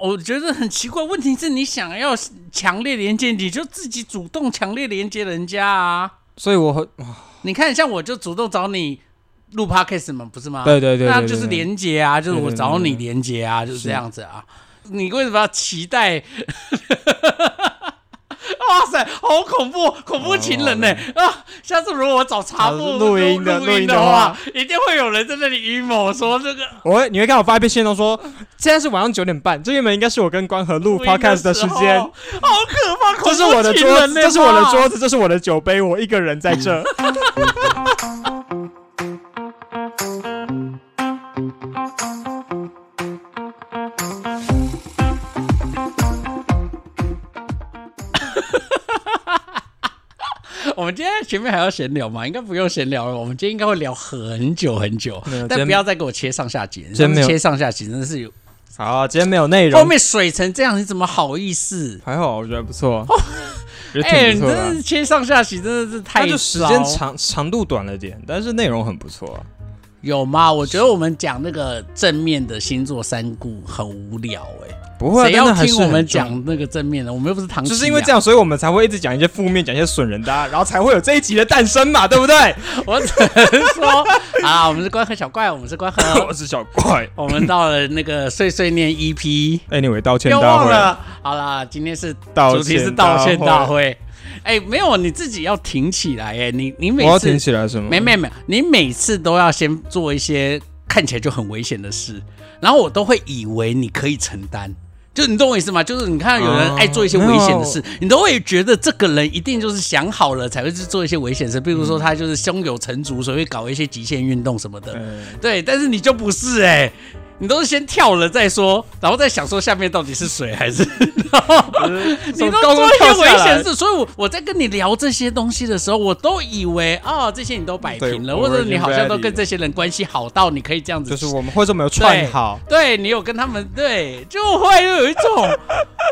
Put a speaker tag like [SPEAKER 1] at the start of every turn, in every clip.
[SPEAKER 1] 我觉得很奇怪。问题是你想要强烈连接，你就自己主动强烈连接人家啊。
[SPEAKER 2] 所以我很
[SPEAKER 1] 你看，像我就主动找你录 podcast 嘛，不是吗？
[SPEAKER 2] 对对对对
[SPEAKER 1] 啊那
[SPEAKER 2] 对
[SPEAKER 1] 就是
[SPEAKER 2] 对
[SPEAKER 1] 连接啊，就是
[SPEAKER 2] 对
[SPEAKER 1] 我
[SPEAKER 2] 对
[SPEAKER 1] 找
[SPEAKER 2] 对
[SPEAKER 1] 你连接啊，就是这样子啊。你为什么要期待？ 哇塞，好恐怖，恐怖情人呢、
[SPEAKER 2] 哦
[SPEAKER 1] 啊！下次如果我找查
[SPEAKER 2] 啊
[SPEAKER 1] 布
[SPEAKER 2] 录音的
[SPEAKER 1] 录
[SPEAKER 2] 录
[SPEAKER 1] 音
[SPEAKER 2] 音
[SPEAKER 1] 的
[SPEAKER 2] 的
[SPEAKER 1] 话
[SPEAKER 2] 话，
[SPEAKER 1] 一定会有人在那里阴谋说这个
[SPEAKER 2] 我会你会看我发一篇线动说，现在是晚上九点半，这原本应该是我跟关河录
[SPEAKER 1] 录音
[SPEAKER 2] podcast 的时
[SPEAKER 1] 候
[SPEAKER 2] 间
[SPEAKER 1] 好。可怕！恐
[SPEAKER 2] 这是
[SPEAKER 1] 怖
[SPEAKER 2] 我的
[SPEAKER 1] 情
[SPEAKER 2] 桌
[SPEAKER 1] 人
[SPEAKER 2] 子，
[SPEAKER 1] 呢嗯
[SPEAKER 2] 这是我的
[SPEAKER 1] 爸
[SPEAKER 2] 桌子，这是我的酒杯，我一个人在这。
[SPEAKER 1] 我们今天前面还要闲聊吗？应该不用闲聊了。我们今天应该会聊很久很久
[SPEAKER 2] 没有，今
[SPEAKER 1] 但
[SPEAKER 2] 天
[SPEAKER 1] 不要再给我切上下集，
[SPEAKER 2] 真没有
[SPEAKER 1] 切上下集，真的是有
[SPEAKER 2] 好，今天没有内
[SPEAKER 1] 后
[SPEAKER 2] 容，
[SPEAKER 1] 面水成这样，你怎么好意思？
[SPEAKER 2] 还好，我觉得不错，觉得
[SPEAKER 1] 哦哎、
[SPEAKER 2] 挺
[SPEAKER 1] 你真
[SPEAKER 2] 不错的啊
[SPEAKER 1] 的。是切上下集，真的是太
[SPEAKER 2] 它就时间
[SPEAKER 1] 糟
[SPEAKER 2] 长长度短了点，但是内容很不错啊。
[SPEAKER 1] 有吗？我觉得我们讲那个正面的星座三顾很无聊哎、
[SPEAKER 2] 不会啊，
[SPEAKER 1] 谁
[SPEAKER 2] 真的
[SPEAKER 1] 要
[SPEAKER 2] 还
[SPEAKER 1] 听
[SPEAKER 2] 是
[SPEAKER 1] 我
[SPEAKER 2] 很
[SPEAKER 1] 们
[SPEAKER 2] 重要
[SPEAKER 1] 讲那个正面的？我们又不是唐、啊，
[SPEAKER 2] 就是因为这，样，所以我们才会一直讲一些负面、讲一些损人的、啊，然后才会有这一集的诞生嘛，对不对？
[SPEAKER 1] 我只能说啊，我们是关河小怪，我们是关河，
[SPEAKER 2] 我是小怪。
[SPEAKER 1] 我们到了那个碎碎念 EP。
[SPEAKER 2] Anyway，道歉
[SPEAKER 1] 又
[SPEAKER 2] 大
[SPEAKER 1] 忘
[SPEAKER 2] 会，
[SPEAKER 1] 了。好啦，今天是
[SPEAKER 2] 道
[SPEAKER 1] 主题是
[SPEAKER 2] 歉
[SPEAKER 1] 道
[SPEAKER 2] 大
[SPEAKER 1] 歉大
[SPEAKER 2] 会
[SPEAKER 1] 会。哎、没有，你自己要挺起来哎、你你
[SPEAKER 2] 我
[SPEAKER 1] 每
[SPEAKER 2] 要
[SPEAKER 1] 次
[SPEAKER 2] 挺起来是吗？
[SPEAKER 1] 没没没，你每次都要先做一些看起来就很危险的事，然后我都会以为你可以承担。就你懂我意思吗？就是你看到有人
[SPEAKER 2] 哦
[SPEAKER 1] 爱做一些危险的事，
[SPEAKER 2] 没
[SPEAKER 1] 你都会觉得这个人一定就是想好了才会去做一些危险事，比如说他就是胸有成竹，所以会搞一些极限运动什么的。
[SPEAKER 2] 嗯
[SPEAKER 1] 对，但是你就不是哎、你都是先跳了再说，然后再想说下面到底是水还是， 然后你
[SPEAKER 2] 从
[SPEAKER 1] 都
[SPEAKER 2] 高
[SPEAKER 1] 做
[SPEAKER 2] 空
[SPEAKER 1] 一些
[SPEAKER 2] 跳下
[SPEAKER 1] 危险
[SPEAKER 2] 来
[SPEAKER 1] 事，所以我我在跟你聊这些东西的时候，我都以为啊、这些你都摆
[SPEAKER 2] 对
[SPEAKER 1] 平了，
[SPEAKER 2] 我
[SPEAKER 1] 或者
[SPEAKER 2] 已经
[SPEAKER 1] 你好像都
[SPEAKER 2] ready
[SPEAKER 1] 跟
[SPEAKER 2] 了
[SPEAKER 1] 这些人关系好到你可以这样子，
[SPEAKER 2] 就是我们或者我们有串好，
[SPEAKER 1] 对你有跟他们对，就会又有一种，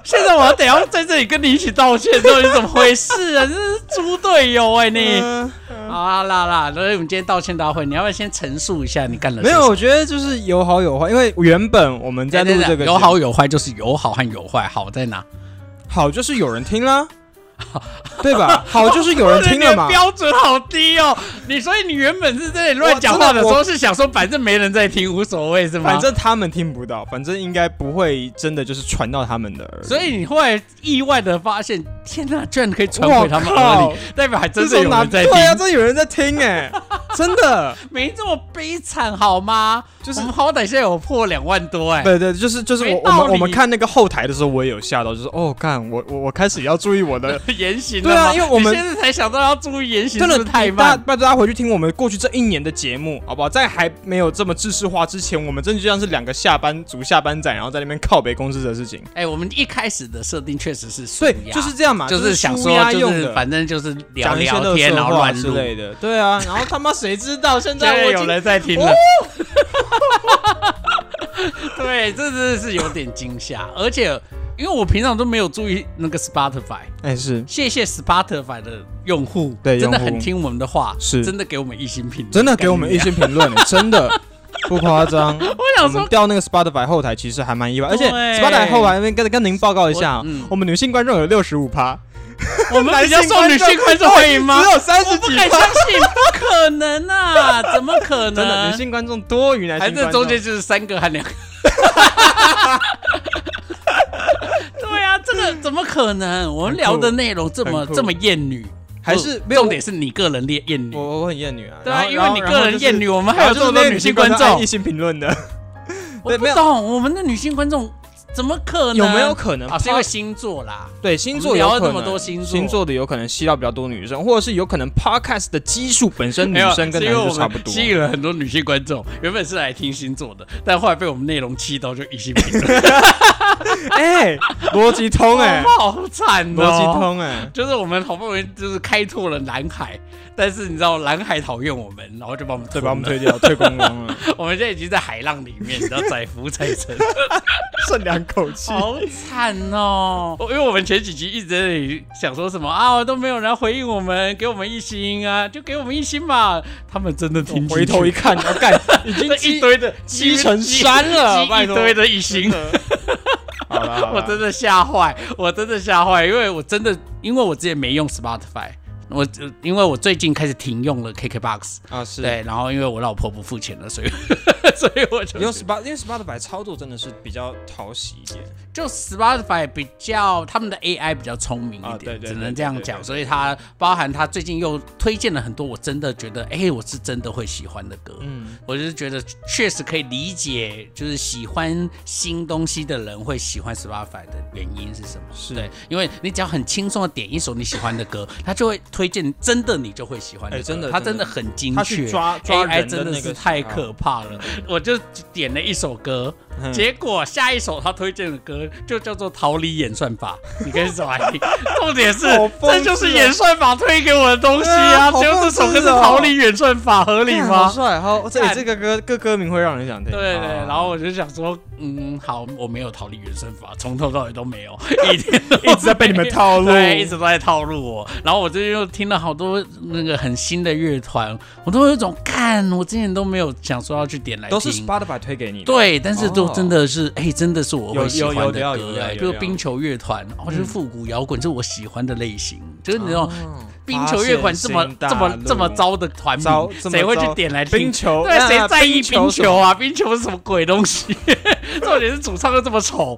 [SPEAKER 1] 现在我得要在这里跟你一起道歉，到底怎么回事啊？这是猪队友哎、你。
[SPEAKER 2] 嗯
[SPEAKER 1] 好啦啦，所以我们今天道歉大会，你要不要先陈述一下你干了
[SPEAKER 2] 没
[SPEAKER 1] 些什
[SPEAKER 2] 有，
[SPEAKER 1] 么
[SPEAKER 2] 我觉得就是有好有坏，因为原本我们在录
[SPEAKER 1] 哎对对
[SPEAKER 2] 这个
[SPEAKER 1] 有好有坏，就是有好和有坏，好在哪？
[SPEAKER 2] 好就是有人听 啦，对吧？好就是有人听了嘛
[SPEAKER 1] 你的。标准好低哦，你所以你原本是在乱讲话的时
[SPEAKER 2] 我
[SPEAKER 1] 候是想说，反正没人在听，无所谓是吗？
[SPEAKER 2] 反正他们听不到，反正应该不会真的就是传到他们的耳里。
[SPEAKER 1] 所以你后来意外的发现，天哪，居然可以传
[SPEAKER 2] 哇
[SPEAKER 1] 回他们耳
[SPEAKER 2] 靠
[SPEAKER 1] 里，代表还真
[SPEAKER 2] 这
[SPEAKER 1] 的
[SPEAKER 2] 种
[SPEAKER 1] 有
[SPEAKER 2] 哪
[SPEAKER 1] 人在听，
[SPEAKER 2] 对啊，真的有人在听哎、真的。
[SPEAKER 1] 没这么悲惨好吗？
[SPEAKER 2] 就是
[SPEAKER 1] 我们好歹现在有破两万多哎、
[SPEAKER 2] 对对，就是就是
[SPEAKER 1] 没
[SPEAKER 2] 我我
[SPEAKER 1] 道
[SPEAKER 2] 们
[SPEAKER 1] 理
[SPEAKER 2] 我们看那个后台的时候，我也有吓到，就是哦，干我我我开始要注意我的。
[SPEAKER 1] 言行
[SPEAKER 2] 对
[SPEAKER 1] 了
[SPEAKER 2] 啊
[SPEAKER 1] 吗
[SPEAKER 2] 因为我们
[SPEAKER 1] 你现在才想到要注意言行，
[SPEAKER 2] 真的
[SPEAKER 1] 是不是太慢
[SPEAKER 2] 大家拜托大家回去听我们过去这一年的节目，好不好？在还没有这么知识化之前，我们真的就像是两个下班族、下班仔，然后在那边靠北公司的事情。
[SPEAKER 1] 哎、我们一开始的设定确实是啊舒
[SPEAKER 2] 所以
[SPEAKER 1] 压
[SPEAKER 2] 啊就是这样嘛，
[SPEAKER 1] 就是是想
[SPEAKER 2] 舒
[SPEAKER 1] 说，
[SPEAKER 2] 压
[SPEAKER 1] 就
[SPEAKER 2] 用
[SPEAKER 1] 是
[SPEAKER 2] 的
[SPEAKER 1] 反正就是聊
[SPEAKER 2] 讲一些
[SPEAKER 1] 聊
[SPEAKER 2] 乐
[SPEAKER 1] 天，
[SPEAKER 2] 色
[SPEAKER 1] 然后
[SPEAKER 2] 话
[SPEAKER 1] 乱
[SPEAKER 2] 之
[SPEAKER 1] 录。
[SPEAKER 2] 类的。对啊，然后他妈谁知道 现
[SPEAKER 1] 现
[SPEAKER 2] 在
[SPEAKER 1] 在
[SPEAKER 2] 我已
[SPEAKER 1] 有
[SPEAKER 2] 经
[SPEAKER 1] 人在听了
[SPEAKER 2] 哦，
[SPEAKER 1] 对，这真的是有点惊吓，而且因为我平常都没有注意那个 Spotify，
[SPEAKER 2] 哎是
[SPEAKER 1] 谢谢 Spotify 的用户，
[SPEAKER 2] 对
[SPEAKER 1] 真的
[SPEAKER 2] 用户
[SPEAKER 1] 很听我们的话，
[SPEAKER 2] 是
[SPEAKER 1] 真的给我们一星评论，
[SPEAKER 2] 真的给我们一
[SPEAKER 1] 干
[SPEAKER 2] 些评论，真的不夸张。
[SPEAKER 1] 你娘。我
[SPEAKER 2] 我
[SPEAKER 1] 想
[SPEAKER 2] 们
[SPEAKER 1] 说，
[SPEAKER 2] 调那个 Spotify 后台其实还蛮意外，而且
[SPEAKER 1] 对
[SPEAKER 2] Spotify 后台那边跟跟您报告一下
[SPEAKER 1] 我
[SPEAKER 2] 啊
[SPEAKER 1] 嗯，
[SPEAKER 2] 我们女性观众有六十五趴，
[SPEAKER 1] 我们比较受女性观众欢迎吗？
[SPEAKER 2] 只有三
[SPEAKER 1] 我
[SPEAKER 2] 十
[SPEAKER 1] 不
[SPEAKER 2] 几
[SPEAKER 1] 敢相
[SPEAKER 2] 趴，
[SPEAKER 1] 信，不可能啊！怎么可能？
[SPEAKER 2] 真的女性观众多于男
[SPEAKER 1] 还
[SPEAKER 2] 性观
[SPEAKER 1] 是
[SPEAKER 2] 众。
[SPEAKER 1] 中间就是三个和 两个。对啊，这个怎么可能？我们聊的内容这么
[SPEAKER 2] 很酷
[SPEAKER 1] 这么厌女，
[SPEAKER 2] 还是
[SPEAKER 1] 不
[SPEAKER 2] 没有
[SPEAKER 1] 重点是你个人恋厌女。
[SPEAKER 2] 我我很厌女啊，
[SPEAKER 1] 对啊，
[SPEAKER 2] 然后
[SPEAKER 1] 因为你个人厌女，，我们还
[SPEAKER 2] 然
[SPEAKER 1] 有这
[SPEAKER 2] 后就是
[SPEAKER 1] 么多
[SPEAKER 2] 然后就是那些
[SPEAKER 1] 女性
[SPEAKER 2] 观
[SPEAKER 1] 观
[SPEAKER 2] 按
[SPEAKER 1] 众啊
[SPEAKER 2] 一，心评论的，
[SPEAKER 1] 我
[SPEAKER 2] 对
[SPEAKER 1] 不
[SPEAKER 2] 没有
[SPEAKER 1] 懂我们的女性观众怎么可能？
[SPEAKER 2] 有没有可能
[SPEAKER 1] 啊？是因为星座啦，
[SPEAKER 2] 对星座
[SPEAKER 1] 我们聊
[SPEAKER 2] 有
[SPEAKER 1] 了
[SPEAKER 2] 可
[SPEAKER 1] 那么
[SPEAKER 2] 能
[SPEAKER 1] 多星座
[SPEAKER 2] 星座的有可能吸到比较多女生，或者是有可能 podcast 的基数本身女生跟
[SPEAKER 1] 是因为
[SPEAKER 2] 男生
[SPEAKER 1] 我
[SPEAKER 2] 就差不
[SPEAKER 1] 们
[SPEAKER 2] 多。
[SPEAKER 1] 吸引了很多女性观众，原本是来听星座的，但后来被我们内容气到就一心 评论，
[SPEAKER 2] 哎，逻辑通哎，
[SPEAKER 1] 好惨哦！
[SPEAKER 2] 逻辑通哎，
[SPEAKER 1] 就是我们好不容易就是开拓了蓝海，但是你知道蓝海讨厌我们，然后就把我们
[SPEAKER 2] 对，
[SPEAKER 1] 吞
[SPEAKER 2] 把我们
[SPEAKER 1] 了
[SPEAKER 2] 推掉，退光光 了，
[SPEAKER 1] 我们现在已经在海浪里面，你知道载浮 载沉，
[SPEAKER 2] 剩两口气。
[SPEAKER 1] 好惨哦！ 因为我们前几集一直在那里想说什么啊，都没有人回应我们，给我们一星啊，就给我们一星嘛。他们真的听进去
[SPEAKER 2] 哦回头一看，要干， 已经
[SPEAKER 1] 这一堆的
[SPEAKER 2] 积积成山了
[SPEAKER 1] 积
[SPEAKER 2] 拜
[SPEAKER 1] 一
[SPEAKER 2] 托啊
[SPEAKER 1] 堆的一星。
[SPEAKER 2] 好了，好
[SPEAKER 1] 我
[SPEAKER 2] 啦
[SPEAKER 1] 真的吓坏，我真的吓坏，因为我真的因为我之前没用 Spotify，我呃因为我最近开始停用了 KKBox，
[SPEAKER 2] 啊是。
[SPEAKER 1] 对，然后因为我老婆不付钱了，所以 所以我就
[SPEAKER 2] 用 Spot，因为 Spotify 操作真的是比较讨喜一点，
[SPEAKER 1] 就 Spotify 比较他们的 AI 比较聪明
[SPEAKER 2] 啊
[SPEAKER 1] 一
[SPEAKER 2] 对
[SPEAKER 1] 点，
[SPEAKER 2] 对
[SPEAKER 1] 只
[SPEAKER 2] 对
[SPEAKER 1] 能
[SPEAKER 2] 对
[SPEAKER 1] 这样
[SPEAKER 2] 对
[SPEAKER 1] 讲。
[SPEAKER 2] 对
[SPEAKER 1] 所以它包含它最近又推荐了很多我真的觉得，哎、我是真的会喜欢的歌。
[SPEAKER 2] 嗯，
[SPEAKER 1] 我就是觉得确实可以理解，就是喜欢新东西的人会喜欢 Spotify 的原因是什么？
[SPEAKER 2] 是
[SPEAKER 1] 对，因为你只要很轻松的点一首你喜欢的歌，它就会推荐真的你就会喜欢的
[SPEAKER 2] 哎
[SPEAKER 1] 歌。
[SPEAKER 2] 真的
[SPEAKER 1] 它
[SPEAKER 2] 真
[SPEAKER 1] 真
[SPEAKER 2] 的
[SPEAKER 1] 的很精
[SPEAKER 2] 它去
[SPEAKER 1] 确，
[SPEAKER 2] 抓抓
[SPEAKER 1] AI
[SPEAKER 2] 人
[SPEAKER 1] 真
[SPEAKER 2] 那
[SPEAKER 1] 的
[SPEAKER 2] 个啊
[SPEAKER 1] 是
[SPEAKER 2] 喜
[SPEAKER 1] 太
[SPEAKER 2] 好
[SPEAKER 1] 可怕了。 我就点了一首歌，
[SPEAKER 2] 嗯
[SPEAKER 1] 结果下一首他推荐的歌就叫做《逃离演算法》，你可以找来 听。重点是
[SPEAKER 2] 好，讽刺
[SPEAKER 1] 这就是
[SPEAKER 2] 哦
[SPEAKER 1] 演算法推给我的东西
[SPEAKER 2] 对啊
[SPEAKER 1] 啊！
[SPEAKER 2] 好
[SPEAKER 1] 只有
[SPEAKER 2] 讽
[SPEAKER 1] 这首歌是
[SPEAKER 2] 刺哦
[SPEAKER 1] 逃离演算法，合理
[SPEAKER 2] 干
[SPEAKER 1] 吗
[SPEAKER 2] 好？啊帅，好，这
[SPEAKER 1] 哎干
[SPEAKER 2] 这个歌歌歌名会让人想听。
[SPEAKER 1] 对对，
[SPEAKER 2] 啊
[SPEAKER 1] 然后我就想说，嗯，好，我没有逃离原生法，从头到尾都没有，一天
[SPEAKER 2] 一直在被你们套路
[SPEAKER 1] 对，一直都在套路我。然后我最近又听了好多那个很新的乐团，我都有一种看，我之前都没有想说要去点来
[SPEAKER 2] 都是
[SPEAKER 1] 听
[SPEAKER 2] Spotify 推给你的，
[SPEAKER 1] 对，但是都
[SPEAKER 2] 哦
[SPEAKER 1] 真的是，哎、真的是我
[SPEAKER 2] 有
[SPEAKER 1] 会喜
[SPEAKER 2] 有
[SPEAKER 1] 欢
[SPEAKER 2] 有
[SPEAKER 1] 的
[SPEAKER 2] 料有
[SPEAKER 1] 歌，
[SPEAKER 2] 料
[SPEAKER 1] 哎，
[SPEAKER 2] 有
[SPEAKER 1] 比如
[SPEAKER 2] 料
[SPEAKER 1] 冰球乐团，哦，就是复古摇滚，这是我喜欢的类型，就是那种
[SPEAKER 2] 哦
[SPEAKER 1] 冰球乐团这么
[SPEAKER 2] 发现新大
[SPEAKER 1] 这么这么
[SPEAKER 2] 陆
[SPEAKER 1] 糟的团名
[SPEAKER 2] 糟，这么
[SPEAKER 1] 谁会去
[SPEAKER 2] 糟
[SPEAKER 1] 点来听？
[SPEAKER 2] 冰球，
[SPEAKER 1] 对，
[SPEAKER 2] 那
[SPEAKER 1] 谁在意冰
[SPEAKER 2] 什么
[SPEAKER 1] 球啊？冰球是什么鬼东西？ 重点是主唱又这么丑，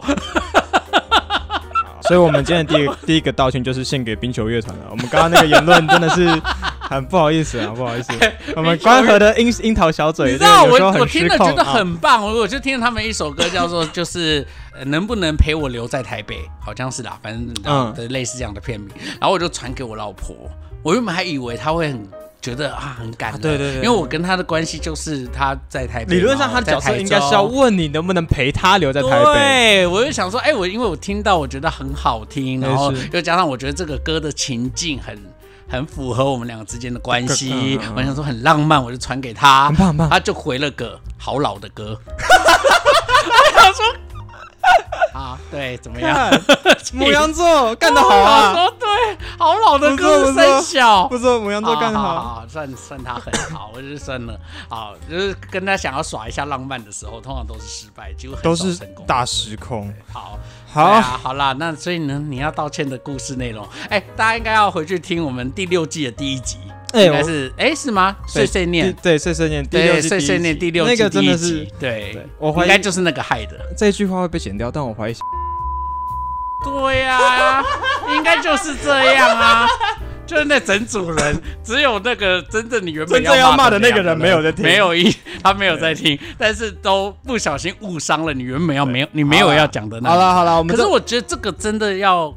[SPEAKER 2] 所以我们今天的第一个第一个道歉就是献给冰球乐团了。我们刚刚那个言论真的是很不好意思啊，不好意思。我们关河的樱樱桃小嘴，
[SPEAKER 1] 哎你知道
[SPEAKER 2] 这个有
[SPEAKER 1] 我
[SPEAKER 2] 时候
[SPEAKER 1] 我
[SPEAKER 2] 很
[SPEAKER 1] 听
[SPEAKER 2] 失
[SPEAKER 1] 了
[SPEAKER 2] 控
[SPEAKER 1] 觉得
[SPEAKER 2] 啊
[SPEAKER 1] 很棒，我我就听了他们一首歌叫做就是呃能不能陪我留在台北，好像是啦，反正
[SPEAKER 2] 嗯
[SPEAKER 1] 嗯的类似这样的片名，然后我就传给我老婆，我原本还以为她会很。觉得啊很感人、
[SPEAKER 2] 对对对
[SPEAKER 1] 因为我跟她的关系就是她在台北，
[SPEAKER 2] 理论上
[SPEAKER 1] 然后
[SPEAKER 2] 他的角
[SPEAKER 1] 哦在
[SPEAKER 2] 色
[SPEAKER 1] 台
[SPEAKER 2] 应该
[SPEAKER 1] 中
[SPEAKER 2] 是要问你能不能陪他留在台北。
[SPEAKER 1] 对，我就想说，哎、我因为我听到我觉得很好听，
[SPEAKER 2] 也
[SPEAKER 1] 然后
[SPEAKER 2] 是
[SPEAKER 1] 又加上我觉得这个歌的情境很很符合我们两个之间的关系
[SPEAKER 2] 嗯嗯嗯，
[SPEAKER 1] 我想说很浪漫，我就传给他，
[SPEAKER 2] 很棒很棒
[SPEAKER 1] 他就回了个好老的 歌，我想说。啊，对，怎么样？
[SPEAKER 2] 看，母羊座 干得好
[SPEAKER 1] 我
[SPEAKER 2] 啊！
[SPEAKER 1] 说对，好老的歌是
[SPEAKER 2] 不错不错
[SPEAKER 1] 三小，
[SPEAKER 2] 不错，母羊座干得
[SPEAKER 1] 好
[SPEAKER 2] 好。啊
[SPEAKER 1] 好，算算他很好，我就是算了。好，就是跟他想要耍一下浪漫的时候，通常都是失败，几乎很
[SPEAKER 2] 都
[SPEAKER 1] 少
[SPEAKER 2] 是
[SPEAKER 1] 成功。
[SPEAKER 2] 大时空。
[SPEAKER 1] 好，对啊
[SPEAKER 2] 好，，
[SPEAKER 1] 好啦，那所以呢，你要道歉的故事内容，哎、大家应该要回去听我们第六季的第一集，
[SPEAKER 2] 哎
[SPEAKER 1] 应该
[SPEAKER 2] 我
[SPEAKER 1] 是，哎、是吗？碎
[SPEAKER 2] 对
[SPEAKER 1] 碎念
[SPEAKER 2] 第，对碎碎念第六
[SPEAKER 1] 对，
[SPEAKER 2] 季
[SPEAKER 1] 碎
[SPEAKER 2] 第一
[SPEAKER 1] 碎念
[SPEAKER 2] 集
[SPEAKER 1] 第六季
[SPEAKER 2] 那个真
[SPEAKER 1] 第一
[SPEAKER 2] 的
[SPEAKER 1] 集
[SPEAKER 2] 是
[SPEAKER 1] 对
[SPEAKER 2] 对，我怀疑
[SPEAKER 1] 应该就是那个害的，
[SPEAKER 2] 这句话会被剪掉，但我怀疑
[SPEAKER 1] 对呀、 应该就是这样啊。就是那整组 人，只有那个真正你原本
[SPEAKER 2] 真正要骂的
[SPEAKER 1] 那
[SPEAKER 2] 那个人
[SPEAKER 1] 没
[SPEAKER 2] 没有在听
[SPEAKER 1] 没有一他没有在听，但是都不小心误伤了你原本要没有你没有要讲的那
[SPEAKER 2] 好
[SPEAKER 1] 个
[SPEAKER 2] 了好了，我们
[SPEAKER 1] 可是
[SPEAKER 2] 这
[SPEAKER 1] 我觉得这个真的要，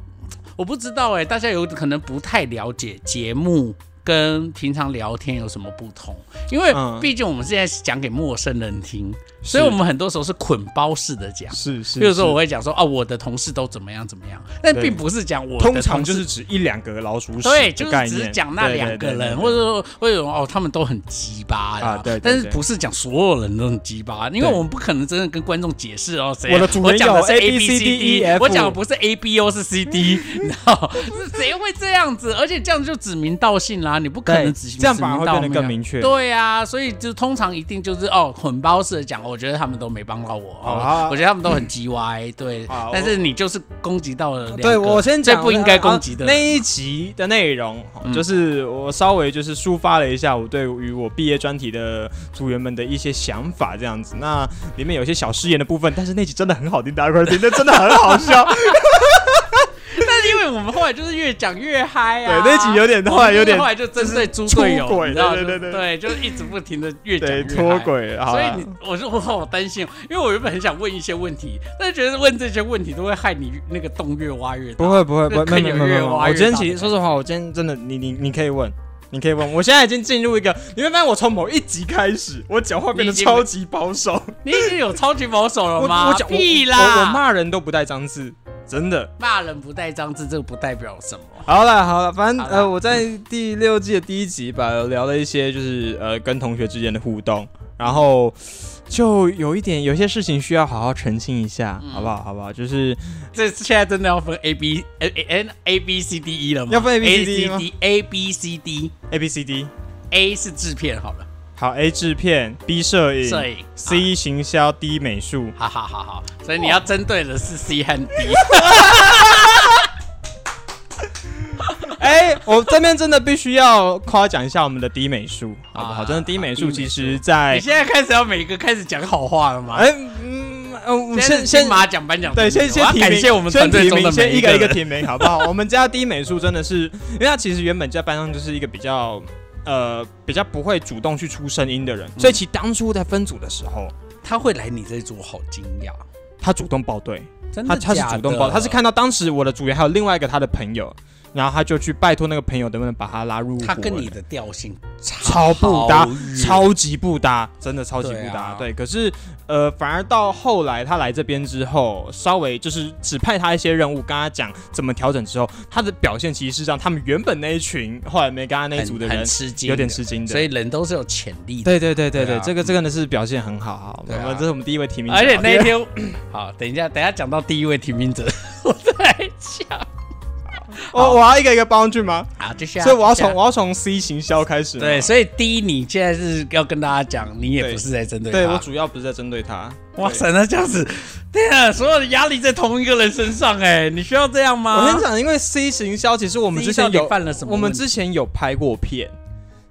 [SPEAKER 1] 我不知道哎、大家有可能不太了解节目跟平常聊天有什么不同，因为
[SPEAKER 2] 嗯
[SPEAKER 1] 毕竟我们现在是讲给陌生人听，所以我们很多时候是捆包式的讲。
[SPEAKER 2] 是是，
[SPEAKER 1] 比如说，我
[SPEAKER 2] 是
[SPEAKER 1] 会讲说，哦，我的同事都怎么样怎么样，但
[SPEAKER 2] 对
[SPEAKER 1] 并不是讲我的
[SPEAKER 2] 通常
[SPEAKER 1] 同事
[SPEAKER 2] 就是指一两个老鼠屎
[SPEAKER 1] 对，
[SPEAKER 2] 的
[SPEAKER 1] 就是
[SPEAKER 2] 概念，
[SPEAKER 1] 只是讲那
[SPEAKER 2] 对
[SPEAKER 1] 两个人，
[SPEAKER 2] 对
[SPEAKER 1] 或者说或者说哦，他们都很鸡巴
[SPEAKER 2] 啊对对
[SPEAKER 1] 但是
[SPEAKER 2] 对
[SPEAKER 1] 不是讲所有人都很鸡巴？因为
[SPEAKER 2] 对
[SPEAKER 1] 我们不可能真的跟观众解释哦，谁
[SPEAKER 2] 我的主
[SPEAKER 1] 我
[SPEAKER 2] 人
[SPEAKER 1] 讲的
[SPEAKER 2] 有
[SPEAKER 1] 是
[SPEAKER 2] A
[SPEAKER 1] B
[SPEAKER 2] B C
[SPEAKER 1] D
[SPEAKER 2] D E F
[SPEAKER 1] 我讲的不是 A B O 是 C D，你知道是谁会这样子？而且这样就指名道姓啦，你不可
[SPEAKER 2] 对
[SPEAKER 1] 能指
[SPEAKER 2] 这样反而
[SPEAKER 1] 指名
[SPEAKER 2] 会
[SPEAKER 1] 道
[SPEAKER 2] 变得更
[SPEAKER 1] 啊
[SPEAKER 2] 明确
[SPEAKER 1] 对啊，所以就通常一定就是哦，混包式的讲，我觉得他们都没帮到我
[SPEAKER 2] 好啊
[SPEAKER 1] 哦，我觉得他们都很鸡歪，对
[SPEAKER 2] 好，
[SPEAKER 1] 但是你就是攻击到了两个，
[SPEAKER 2] 对我先
[SPEAKER 1] 最
[SPEAKER 2] 讲啊
[SPEAKER 1] 不应该攻击的
[SPEAKER 2] 那
[SPEAKER 1] 人。
[SPEAKER 2] 一集的内容，就是我稍微就是抒发了一下我对于我毕业专题的组员们的一些想法，这样子。那里面有一些小失言的部分，但是那集真的很好听，大家快听，那真的很好 笑。
[SPEAKER 1] 但是因为我们后来就是越讲越嗨啊，
[SPEAKER 2] 对那集有点后来有点
[SPEAKER 1] 我们后来就针对猪队友，
[SPEAKER 2] 出轨
[SPEAKER 1] 你知道
[SPEAKER 2] 对
[SPEAKER 1] 就
[SPEAKER 2] 对对
[SPEAKER 1] 对，就一直不停的越讲越
[SPEAKER 2] 对，
[SPEAKER 1] 嗨
[SPEAKER 2] 脱。轨了，好啊
[SPEAKER 1] 所以
[SPEAKER 2] 啦
[SPEAKER 1] 你，我就我好担心哦，因为我原本很想问一些问题，但是觉得问这些问题都会害你那个洞越挖越大。
[SPEAKER 2] 不会不会不会，
[SPEAKER 1] 那
[SPEAKER 2] 没有
[SPEAKER 1] 坑
[SPEAKER 2] 没
[SPEAKER 1] 有
[SPEAKER 2] 有没
[SPEAKER 1] 越
[SPEAKER 2] 有。没有
[SPEAKER 1] 挖
[SPEAKER 2] 我
[SPEAKER 1] 越
[SPEAKER 2] 今天
[SPEAKER 1] 大
[SPEAKER 2] 其
[SPEAKER 1] 的
[SPEAKER 2] 实说实话，我今天真的，你你你可以问，你可以问。我现在已经进入一个， 你会发现我从某一集开始，我讲话变
[SPEAKER 1] 你
[SPEAKER 2] 得
[SPEAKER 1] 已经
[SPEAKER 2] 超级保 守。
[SPEAKER 1] 你已经有超级保守
[SPEAKER 2] 我
[SPEAKER 1] 了吗？
[SPEAKER 2] 我讲我
[SPEAKER 1] 屁
[SPEAKER 2] 我我
[SPEAKER 1] 啦！
[SPEAKER 2] 骂人都不带脏字，真的。
[SPEAKER 1] 骂人不带脏字，这个不代表什么。
[SPEAKER 2] 好了 好了，反正
[SPEAKER 1] 好啦
[SPEAKER 2] 呃，我在第六季的第一集吧，聊了一些就是呃跟同学之间的互动，然后就有一点有些事情需要好好澄清一下，
[SPEAKER 1] 嗯
[SPEAKER 2] 好不好？好不好？就是
[SPEAKER 1] 这现在真的要分 A B A N A B C D E 了吗？
[SPEAKER 2] 要分 A B
[SPEAKER 1] A
[SPEAKER 2] C D E 吗
[SPEAKER 1] D A B C D
[SPEAKER 2] A B C D
[SPEAKER 1] A 是制片好了
[SPEAKER 2] 好 A 制片，B 摄影
[SPEAKER 1] 摄影
[SPEAKER 2] ，C 行销，D 美术。
[SPEAKER 1] 好好好好，所以你要针对的是 C 和 D。
[SPEAKER 2] 哎、我这边真的必须要夸奖一下我们的 D 美术，好不好？
[SPEAKER 1] 啊
[SPEAKER 2] 真的 D 美术
[SPEAKER 1] 低
[SPEAKER 2] 其
[SPEAKER 1] 美
[SPEAKER 2] 实在
[SPEAKER 1] 你现在开始要每个开始讲好话了吗？
[SPEAKER 2] 哎、嗯，呃，我们
[SPEAKER 1] 现在
[SPEAKER 2] 先
[SPEAKER 1] 是
[SPEAKER 2] 先
[SPEAKER 1] 金马奖颁奖
[SPEAKER 2] 对，
[SPEAKER 1] 典礼，
[SPEAKER 2] 先先
[SPEAKER 1] 我要
[SPEAKER 2] 提
[SPEAKER 1] 感
[SPEAKER 2] 名
[SPEAKER 1] 谢我们团队
[SPEAKER 2] 先提
[SPEAKER 1] 中
[SPEAKER 2] 名
[SPEAKER 1] 的
[SPEAKER 2] 先
[SPEAKER 1] 每
[SPEAKER 2] 一
[SPEAKER 1] 个
[SPEAKER 2] 一个
[SPEAKER 1] 人
[SPEAKER 2] 提名，好不好？我们家低美术真的是，因为他其实原本在班上就是一个比较呃比较不会主动去出声音的人，
[SPEAKER 1] 嗯
[SPEAKER 2] 所以其实当初在分组的时候，
[SPEAKER 1] 他会来你这组，好惊讶，
[SPEAKER 2] 他主动报队，
[SPEAKER 1] 真
[SPEAKER 2] 他
[SPEAKER 1] 的
[SPEAKER 2] 他是
[SPEAKER 1] 假
[SPEAKER 2] 主动报，
[SPEAKER 1] 的
[SPEAKER 2] 他是看到当时我的组员还有另外一个他的朋友，然后他就去拜托那个朋友能不能把他拉入
[SPEAKER 1] 他
[SPEAKER 2] 伙
[SPEAKER 1] 跟你
[SPEAKER 2] 了
[SPEAKER 1] 的调性
[SPEAKER 2] 超不搭
[SPEAKER 1] 超远，
[SPEAKER 2] 超级不搭，真的超级不
[SPEAKER 1] 对
[SPEAKER 2] 搭。
[SPEAKER 1] 啊
[SPEAKER 2] 对，可是呃，反而到后来他来这边之后，稍微就是指派他一些任务，跟他讲怎么调整之后，他的表现其实是让他们原本那一群后来没跟他那一组的
[SPEAKER 1] 很
[SPEAKER 2] 人
[SPEAKER 1] 很吃惊，
[SPEAKER 2] 有点吃惊的。
[SPEAKER 1] 所以人都是有潜力的。
[SPEAKER 2] 对对对对对，
[SPEAKER 1] 对啊
[SPEAKER 2] 这个这个呢是表现很好哈。我
[SPEAKER 1] 对啊
[SPEAKER 2] 们这是我们第一位提名者，
[SPEAKER 1] 而且那一
[SPEAKER 2] 好第
[SPEAKER 1] 天， 好，等一下，等一下讲到第一位提名者， 我再来讲。
[SPEAKER 2] 二
[SPEAKER 1] 哦
[SPEAKER 2] 我我要一个一个帮上去吗？
[SPEAKER 1] 好，接下来，
[SPEAKER 2] 所以我要从
[SPEAKER 1] 接
[SPEAKER 2] 我要从 C 行销开始
[SPEAKER 1] 下
[SPEAKER 2] 吗。
[SPEAKER 1] 啊来对，所以第一，你现在是要跟大家讲，你也不是在针对
[SPEAKER 2] 对我
[SPEAKER 1] 他。
[SPEAKER 2] 主要不是在针对他。
[SPEAKER 1] 哇
[SPEAKER 2] 对
[SPEAKER 1] 塞，那这样子，天啊，所有的压力在同一个人身上，哎，你需要这样吗？
[SPEAKER 2] 我跟你讲，因为 C 行销，其实我
[SPEAKER 1] 我
[SPEAKER 2] 们之前有
[SPEAKER 1] 犯了什么问题？
[SPEAKER 2] 我们之前有拍过片，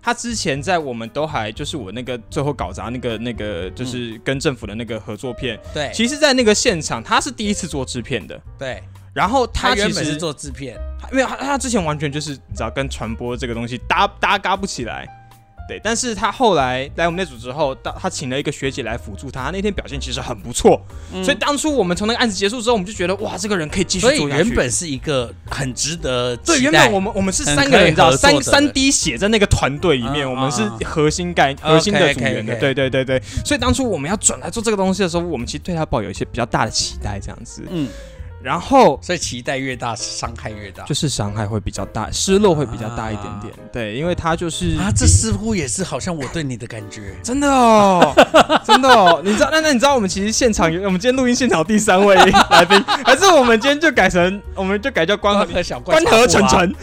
[SPEAKER 2] 他之前在我们都还就是我那个最后搞砸那个那个就是跟政府的那个合作片，
[SPEAKER 1] 对
[SPEAKER 2] 其实，在那个现场他是第一次做制片的，
[SPEAKER 1] 对，
[SPEAKER 2] 然后他
[SPEAKER 1] 原
[SPEAKER 2] 其
[SPEAKER 1] 本
[SPEAKER 2] 实
[SPEAKER 1] 是做制片，
[SPEAKER 2] 没有他他之前完全就是你知道跟传播这个东西搭搭嘎不起来。对，但是他后来来我们那组之后，到他请了一个学姐来辅助他，他那天表现其实很不错，所以当初我们从那个案子结束之后，我们就觉得哇，这个人可以继续
[SPEAKER 1] 所
[SPEAKER 2] 做
[SPEAKER 1] 以
[SPEAKER 2] 下去。
[SPEAKER 1] 原本是一个很值得
[SPEAKER 2] 对，
[SPEAKER 1] 期
[SPEAKER 2] 原
[SPEAKER 1] 待
[SPEAKER 2] 本我们我们是
[SPEAKER 1] 很
[SPEAKER 2] 三
[SPEAKER 1] 可
[SPEAKER 2] 个人，
[SPEAKER 1] 以
[SPEAKER 2] 你知道，
[SPEAKER 1] 合作
[SPEAKER 2] 三
[SPEAKER 1] 的
[SPEAKER 2] 三滴血在那个团队里面，
[SPEAKER 1] 嗯
[SPEAKER 2] 我们是
[SPEAKER 1] 嗯嗯
[SPEAKER 2] 核心概核心的组员的，
[SPEAKER 1] OK，OK，OK
[SPEAKER 2] 对对对对。所以当初我们要转来做这个东西的时候，我们其实对他抱有一些比较大的期待，这样子。
[SPEAKER 1] 嗯，
[SPEAKER 2] 然后
[SPEAKER 1] 所以期待越大，伤害越大。
[SPEAKER 2] 就是伤害会比较大，失落会比较大一点点，对，因为他就是
[SPEAKER 1] 啊，这似乎也是好像我对你的感觉。
[SPEAKER 2] 真 的哦，真的哦，你知道？那那你知道我们其实现场有，我们今天录音现场有第三位来宾，还是我们今天就改成，我们就改叫关
[SPEAKER 1] 关
[SPEAKER 2] 和
[SPEAKER 1] 河小怪
[SPEAKER 2] 关
[SPEAKER 1] 茶
[SPEAKER 2] 河
[SPEAKER 1] 户
[SPEAKER 2] 晨
[SPEAKER 1] 啊。
[SPEAKER 2] 晨，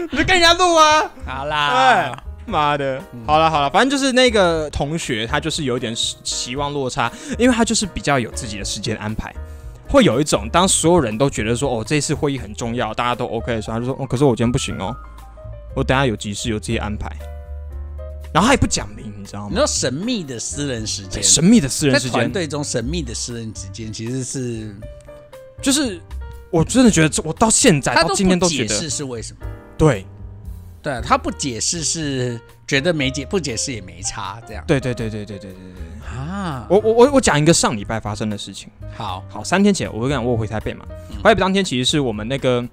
[SPEAKER 2] 你就跟人家录啊，
[SPEAKER 1] 好
[SPEAKER 2] 哎
[SPEAKER 1] 啦，，
[SPEAKER 2] 妈的，
[SPEAKER 1] 嗯
[SPEAKER 2] 好了好了，反正就是那个同学，他就是有点失期望落差，因为他就是比较有自己的时间安排。会有一种，当所有人都觉得说，哦，这次会议很重要，大家都 OK 的时候，他就说，哦，可是我今天不行哦，我等下有急事，有这些安排，然后他也不讲明，你知道
[SPEAKER 1] 你
[SPEAKER 2] 吗？
[SPEAKER 1] 说神秘的私人时间，
[SPEAKER 2] 神秘的私人
[SPEAKER 1] 在
[SPEAKER 2] 时
[SPEAKER 1] 团
[SPEAKER 2] 间，
[SPEAKER 1] 队中神秘的私人时间其实是
[SPEAKER 2] 就是我真的觉得这，我到现在
[SPEAKER 1] 他
[SPEAKER 2] 到
[SPEAKER 1] 都
[SPEAKER 2] 今天
[SPEAKER 1] 不
[SPEAKER 2] 都
[SPEAKER 1] 解
[SPEAKER 2] 觉得，
[SPEAKER 1] 释是为什么，
[SPEAKER 2] 对，
[SPEAKER 1] 对啊他不解释是觉得没解不解释也没差这样
[SPEAKER 2] 对对对对对对对对，
[SPEAKER 1] 啊。
[SPEAKER 2] 我我我我讲一个上礼拜发生的事情。
[SPEAKER 1] 好，
[SPEAKER 2] 好，三天前我跟你讲，我有回台北嘛，回台北当天其实是我们那个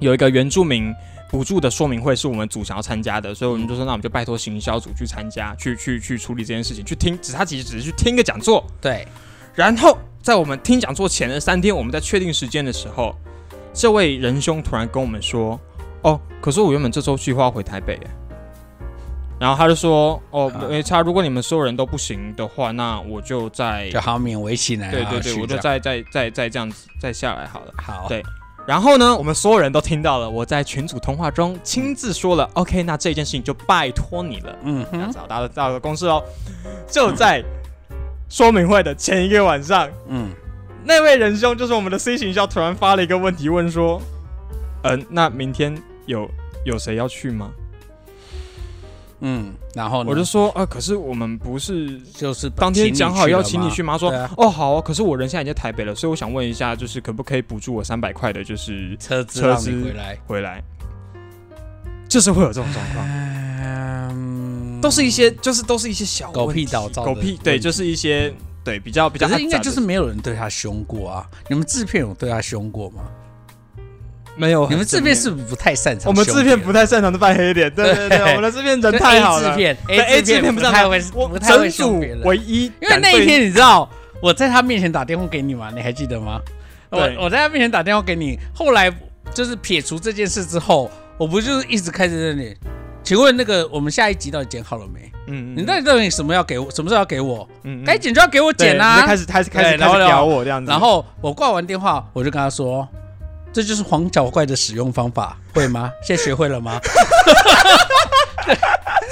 [SPEAKER 2] 有一个原住民补助的说明会，是我们组想要参加的，所以我们就说，那我们就拜托行销组去参加，去去去处理这件事情，去听，只他其实只是去听个讲座，
[SPEAKER 1] 对，
[SPEAKER 2] 然后在我们听讲座前的三天，我们在确定时间的时候，这位仁兄突然跟我们说：“哦，可是我原本这周计划回台北耶。”然后他就说：“哦，
[SPEAKER 1] 啊
[SPEAKER 2] 没差，如果你们所有人都不行的话，那我就在
[SPEAKER 1] 就好勉为其难啊。
[SPEAKER 2] 对对对，
[SPEAKER 1] 去
[SPEAKER 2] 我
[SPEAKER 1] 这
[SPEAKER 2] 就
[SPEAKER 1] 样
[SPEAKER 2] 再再再再这样子再下来好了。”
[SPEAKER 1] 好，
[SPEAKER 2] 对然后呢，我们所有人都听到了，我在群组通话中亲自说了、o k 那这件事情就拜托你了。
[SPEAKER 1] 嗯
[SPEAKER 2] 这样
[SPEAKER 1] 哼，
[SPEAKER 2] 子好，大家大家的公式哦。就在说明会的前一个晚上，
[SPEAKER 1] 嗯，
[SPEAKER 2] 那位仁兄就是我们的 C 行销，突然发了一个问题，问说：“嗯、那明天有有谁要去吗
[SPEAKER 1] 嗯，然后？”呢
[SPEAKER 2] 我就说：“啊，可是我们不是
[SPEAKER 1] 就是
[SPEAKER 2] 当天讲好要请
[SPEAKER 1] 请
[SPEAKER 2] 你去吗？”他说：“
[SPEAKER 1] 对啊
[SPEAKER 2] 哦，好啊，可是我人现在已经在台北了，所以我想问一下，就是可不可以补助我三百块的，就是
[SPEAKER 1] 车子
[SPEAKER 2] 车
[SPEAKER 1] 让
[SPEAKER 2] 子
[SPEAKER 1] 你回来，
[SPEAKER 2] 回来？”就是会有这种状况，
[SPEAKER 1] 嗯，
[SPEAKER 2] 都是一些，就是都是一些小
[SPEAKER 1] 狗
[SPEAKER 2] 问
[SPEAKER 1] 屁
[SPEAKER 2] 题
[SPEAKER 1] 倒灶的
[SPEAKER 2] 狗屁，对，
[SPEAKER 1] 问题
[SPEAKER 2] 就是一些对比较比较
[SPEAKER 1] 可
[SPEAKER 2] 暗
[SPEAKER 1] 是
[SPEAKER 2] 赞
[SPEAKER 1] 应
[SPEAKER 2] 的，
[SPEAKER 1] 该就是没有人对他凶过啊！你们制片有对他凶过吗？
[SPEAKER 2] 没哦有很
[SPEAKER 1] 你们制片
[SPEAKER 2] 正面
[SPEAKER 1] 是不是不太擅长凶
[SPEAKER 2] 我
[SPEAKER 1] 别人？
[SPEAKER 2] 们制片不太擅长的扮黑脸，对对对，
[SPEAKER 1] 啊对
[SPEAKER 2] 我们的制片人
[SPEAKER 1] 就
[SPEAKER 2] 太
[SPEAKER 1] A
[SPEAKER 2] 好了
[SPEAKER 1] 制。片
[SPEAKER 2] 对 A 制片
[SPEAKER 1] 不
[SPEAKER 2] 擅
[SPEAKER 1] 太
[SPEAKER 2] 长
[SPEAKER 1] 会，
[SPEAKER 2] 我
[SPEAKER 1] 不太会
[SPEAKER 2] 整
[SPEAKER 1] 凶
[SPEAKER 2] 组
[SPEAKER 1] 别人。
[SPEAKER 2] 唯一
[SPEAKER 1] 因为
[SPEAKER 2] 敢对，
[SPEAKER 1] 那一天你知道我在他面前打电话给你嘛，你还记得吗？我
[SPEAKER 2] 对
[SPEAKER 1] 我在他面前打电话给你，后来就是撇除这件事之后，我不就是一直开始在那里？请问那个我们下一集到底剪好了没？
[SPEAKER 2] 嗯，嗯
[SPEAKER 1] 你到底到底什么要给我？什么时候要给我？
[SPEAKER 2] 嗯嗯
[SPEAKER 1] 该剪就要给我
[SPEAKER 2] 对
[SPEAKER 1] 剪啊！
[SPEAKER 2] 你就开始开始开
[SPEAKER 1] 对
[SPEAKER 2] 始开
[SPEAKER 1] 然
[SPEAKER 2] 始
[SPEAKER 1] 后
[SPEAKER 2] 咬我这样子，
[SPEAKER 1] 然后我挂完电话，我就跟他说：“ 这就是黄脚怪的使用方法，会吗？现在学会了吗？”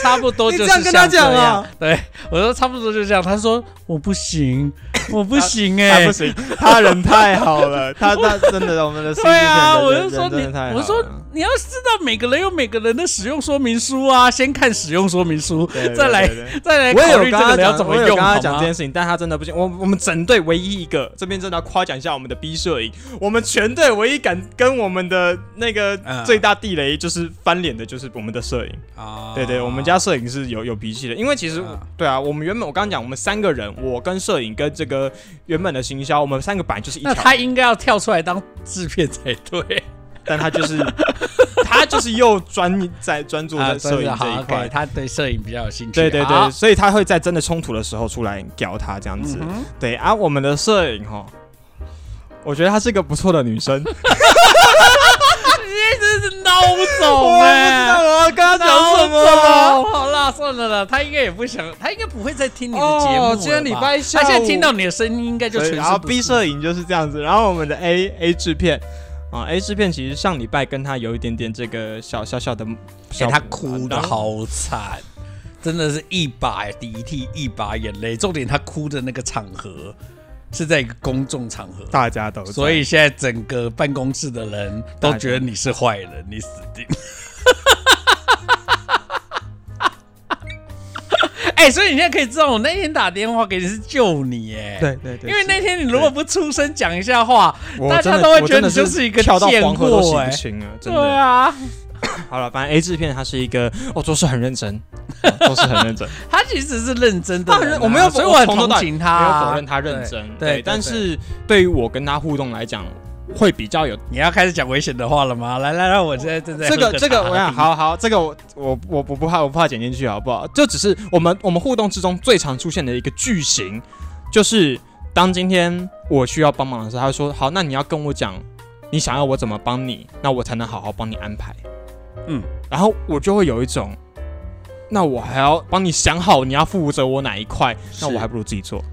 [SPEAKER 1] 差不多就是
[SPEAKER 2] 你这样跟他
[SPEAKER 1] 像
[SPEAKER 2] 讲啊
[SPEAKER 1] 这样对我说差不多就这样，他说我不 行，我不行 哎、
[SPEAKER 2] 他不行，他人太好了， 他他真的我们的 C
[SPEAKER 1] 对啊，我就说你
[SPEAKER 2] 真的太，好
[SPEAKER 1] 我说
[SPEAKER 2] 了
[SPEAKER 1] 你要知道每个人有每个人的使用说明书啊，先看使用说明书
[SPEAKER 2] 对，对
[SPEAKER 1] 再来
[SPEAKER 2] 对对
[SPEAKER 1] 再来
[SPEAKER 2] 我也
[SPEAKER 1] 考
[SPEAKER 2] 有
[SPEAKER 1] 虑
[SPEAKER 2] 跟
[SPEAKER 1] 这
[SPEAKER 2] 他
[SPEAKER 1] 个人要
[SPEAKER 2] 讲，
[SPEAKER 1] 怎
[SPEAKER 2] 我
[SPEAKER 1] 么
[SPEAKER 2] 有
[SPEAKER 1] 用，
[SPEAKER 2] 跟他
[SPEAKER 1] 好
[SPEAKER 2] 讲这
[SPEAKER 1] 吗？
[SPEAKER 2] 件事情，但他真的不行。我我们整队唯一一个，这边真的要夸奖一下我们的 B 摄影，我们全队唯一敢跟我们的那个
[SPEAKER 1] 嗯
[SPEAKER 2] 最大地雷就是翻脸的，就是我们的摄影。
[SPEAKER 1] 啊
[SPEAKER 2] 对对，我们家摄影是有有脾气的，因为其实
[SPEAKER 1] 啊
[SPEAKER 2] 对啊，我们原本我刚刚讲，我们三个人，我跟摄影跟这个原本的行销，我们三个本来就是一
[SPEAKER 1] 那
[SPEAKER 2] 条，
[SPEAKER 1] 他应该要跳出来当制片才对。
[SPEAKER 2] 但他就是 他就是又专在专注在
[SPEAKER 1] 啊，
[SPEAKER 2] 摄
[SPEAKER 1] 真的
[SPEAKER 2] 影这
[SPEAKER 1] 好
[SPEAKER 2] 一块
[SPEAKER 1] OK，。他对摄影比较有兴趣。
[SPEAKER 2] 对对
[SPEAKER 1] 好
[SPEAKER 2] 对，，所以他会在真的冲突的时候出来屌他这样子。
[SPEAKER 1] 嗯
[SPEAKER 2] 对啊，我们的摄影哈，我觉得她是个不错的女生。
[SPEAKER 1] 这哎是孬
[SPEAKER 2] 我
[SPEAKER 1] 种
[SPEAKER 2] 不知
[SPEAKER 1] 哎
[SPEAKER 2] 道。我要跟她讲什么
[SPEAKER 1] 孬
[SPEAKER 2] 了。
[SPEAKER 1] 种好啦，算了啦，他应该也不想，他应该不会再听你的节目了吧。啊
[SPEAKER 2] 哦，今天礼拜下
[SPEAKER 1] 他
[SPEAKER 2] 午，
[SPEAKER 1] 现在听到你的声音，应该就
[SPEAKER 2] 对
[SPEAKER 1] 全
[SPEAKER 2] 然后
[SPEAKER 1] 是不
[SPEAKER 2] B 摄影就是这样子，然后我们的 A A 制片。啊、a 制片其实上礼拜跟她有一点点这个小小小的
[SPEAKER 1] 哎、
[SPEAKER 2] 小，啊
[SPEAKER 1] 他哭的
[SPEAKER 2] 然后，
[SPEAKER 1] 好惨， 真的是一把鼻涕一把眼泪。重点他哭的那个场合是在一个公众场合，
[SPEAKER 2] 大家都在
[SPEAKER 1] 所以现在整个办公室的人都觉得你是坏人，你死定。 哎、所以你现在可以知道，我那天打电话给你是救你哎、
[SPEAKER 2] 对对对，
[SPEAKER 1] 因为
[SPEAKER 2] 是
[SPEAKER 1] 那天你如果不出声讲一下话，
[SPEAKER 2] 我
[SPEAKER 1] 大
[SPEAKER 2] 真
[SPEAKER 1] 家
[SPEAKER 2] 的
[SPEAKER 1] 都会
[SPEAKER 2] 我
[SPEAKER 1] 觉
[SPEAKER 2] 真
[SPEAKER 1] 得
[SPEAKER 2] 的
[SPEAKER 1] 你就是一个
[SPEAKER 2] 跳到
[SPEAKER 1] 贱
[SPEAKER 2] 黄河都
[SPEAKER 1] 货
[SPEAKER 2] 洗
[SPEAKER 1] 哎
[SPEAKER 2] 不清了，真
[SPEAKER 1] 对
[SPEAKER 2] 的。
[SPEAKER 1] 啊，
[SPEAKER 2] 好了，反正 A 制片他是一个哦，做事很认真，啊做事很 认真。
[SPEAKER 1] 他其实是认真的
[SPEAKER 2] 他
[SPEAKER 1] 人啊、
[SPEAKER 2] 很认，我没有否，
[SPEAKER 1] 所以我很
[SPEAKER 2] 从头
[SPEAKER 1] 同
[SPEAKER 2] 到尾
[SPEAKER 1] 情他、
[SPEAKER 2] 没
[SPEAKER 1] 啊，
[SPEAKER 2] 有否认他认真。
[SPEAKER 1] 对对对
[SPEAKER 2] 但是对于我跟他互动来讲，会比较有
[SPEAKER 1] 你要开始讲危险的话了吗？来来来，我现在正在
[SPEAKER 2] 这
[SPEAKER 1] 喝
[SPEAKER 2] 个这个，
[SPEAKER 1] 茶
[SPEAKER 2] 我想好好，这个我我我我不怕，我不怕剪进去好不好？就只是我们我们互动之中最常出现的一个句型，就是当今天我需要帮忙的时候，他会说好，那你要跟我讲你想要我怎么帮你，那我才能好好帮你安排。
[SPEAKER 1] 嗯，
[SPEAKER 2] 然后我就会有一种。那我还要帮你想好你要负责我哪一块，那
[SPEAKER 1] 是
[SPEAKER 2] 我还不如自己做。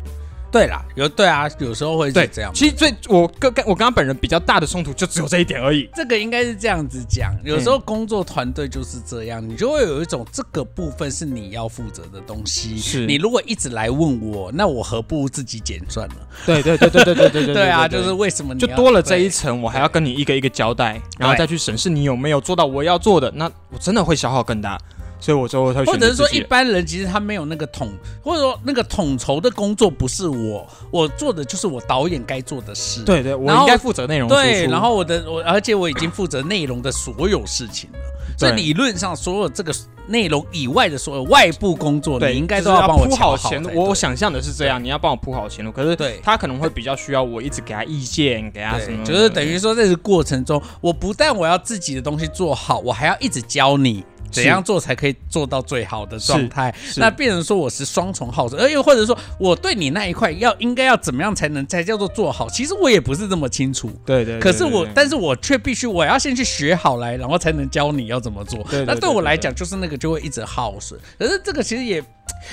[SPEAKER 1] 对啦，有对啊，有时候会
[SPEAKER 2] 对
[SPEAKER 1] 是这样。
[SPEAKER 2] 其实最我跟跟我跟他本人比较大的冲突就只有这一点而已。
[SPEAKER 1] 这个应该是这样子讲，
[SPEAKER 2] 嗯
[SPEAKER 1] 有时候工作团队就是这样，你就会有一种这个部分是你要负责的东西。
[SPEAKER 2] 是
[SPEAKER 1] 你如果一直来问我，那我何不如自己剪算了？
[SPEAKER 2] 对对对对对对对对
[SPEAKER 1] 对啊，就是为什么你
[SPEAKER 2] 就
[SPEAKER 1] 要
[SPEAKER 2] 多了这一
[SPEAKER 1] 对
[SPEAKER 2] 层，我还要跟你一个一个交代，然后再去审视你有没有做到我要做的，那我真的会消耗更大。所以我最后会选
[SPEAKER 1] 或者
[SPEAKER 2] 择
[SPEAKER 1] 是说
[SPEAKER 2] 自己
[SPEAKER 1] 一
[SPEAKER 2] 人
[SPEAKER 1] 般人其实他没有那个统，或者说那个统筹的工作不是我，我做的就是我导演该做的事。
[SPEAKER 2] 对对，我
[SPEAKER 1] 然后
[SPEAKER 2] 应该负责内容输出
[SPEAKER 1] 对，然后我的我，而且我已经负责内容的所有事情了，所以
[SPEAKER 2] 对
[SPEAKER 1] 理论上所有这个内容以外的所有外部工作，
[SPEAKER 2] 对，
[SPEAKER 1] 你应该
[SPEAKER 2] 就是
[SPEAKER 1] 都要帮我瞧
[SPEAKER 2] 铺
[SPEAKER 1] 好
[SPEAKER 2] 好前
[SPEAKER 1] 才
[SPEAKER 2] 路。
[SPEAKER 1] 对。
[SPEAKER 2] 我我想象的是这样，你要帮我铺好前路，可是
[SPEAKER 1] 对
[SPEAKER 2] 他可能会比较需要我一直给他意见，给他什
[SPEAKER 1] 对，
[SPEAKER 2] 么，
[SPEAKER 1] 就是等于说，在这个过程中，我不但我要自己的东西做好，我还要一直教你怎样做才可以做到最好的状态。
[SPEAKER 2] 是
[SPEAKER 1] 那变成说我是双重好手，而又或者说我对你那一块要应该要怎么样才能才叫做做好，其实我也不是这么清楚。
[SPEAKER 2] 对对。对
[SPEAKER 1] 可是我，
[SPEAKER 2] 对对
[SPEAKER 1] 但是我却必须，我要先去学好来，然后才能教你要怎么做。
[SPEAKER 2] 对对
[SPEAKER 1] 那
[SPEAKER 2] 对
[SPEAKER 1] 对我
[SPEAKER 2] 对
[SPEAKER 1] 来
[SPEAKER 2] 对
[SPEAKER 1] 讲，就是那个就会一直耗损。可是这个其实也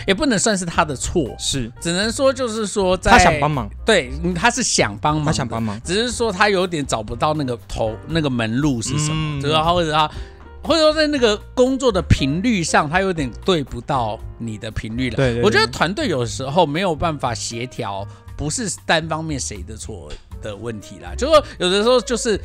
[SPEAKER 1] 也不能算是他的错，
[SPEAKER 2] 是
[SPEAKER 1] 只能说就是说在
[SPEAKER 2] 他想帮，忙，
[SPEAKER 1] 对，嗯他是想帮忙，
[SPEAKER 2] 他想帮忙，
[SPEAKER 1] 只是说他有点找不到那个头那个门路是什么，
[SPEAKER 2] 嗯
[SPEAKER 1] 就是他或者他。或者说，在那个工作的频率上，他有点对不到你的频率了。
[SPEAKER 2] 对对对
[SPEAKER 1] 我觉得团队有时候没有办法协调，不是单方面谁的错的问题啦。就是说有的时候就是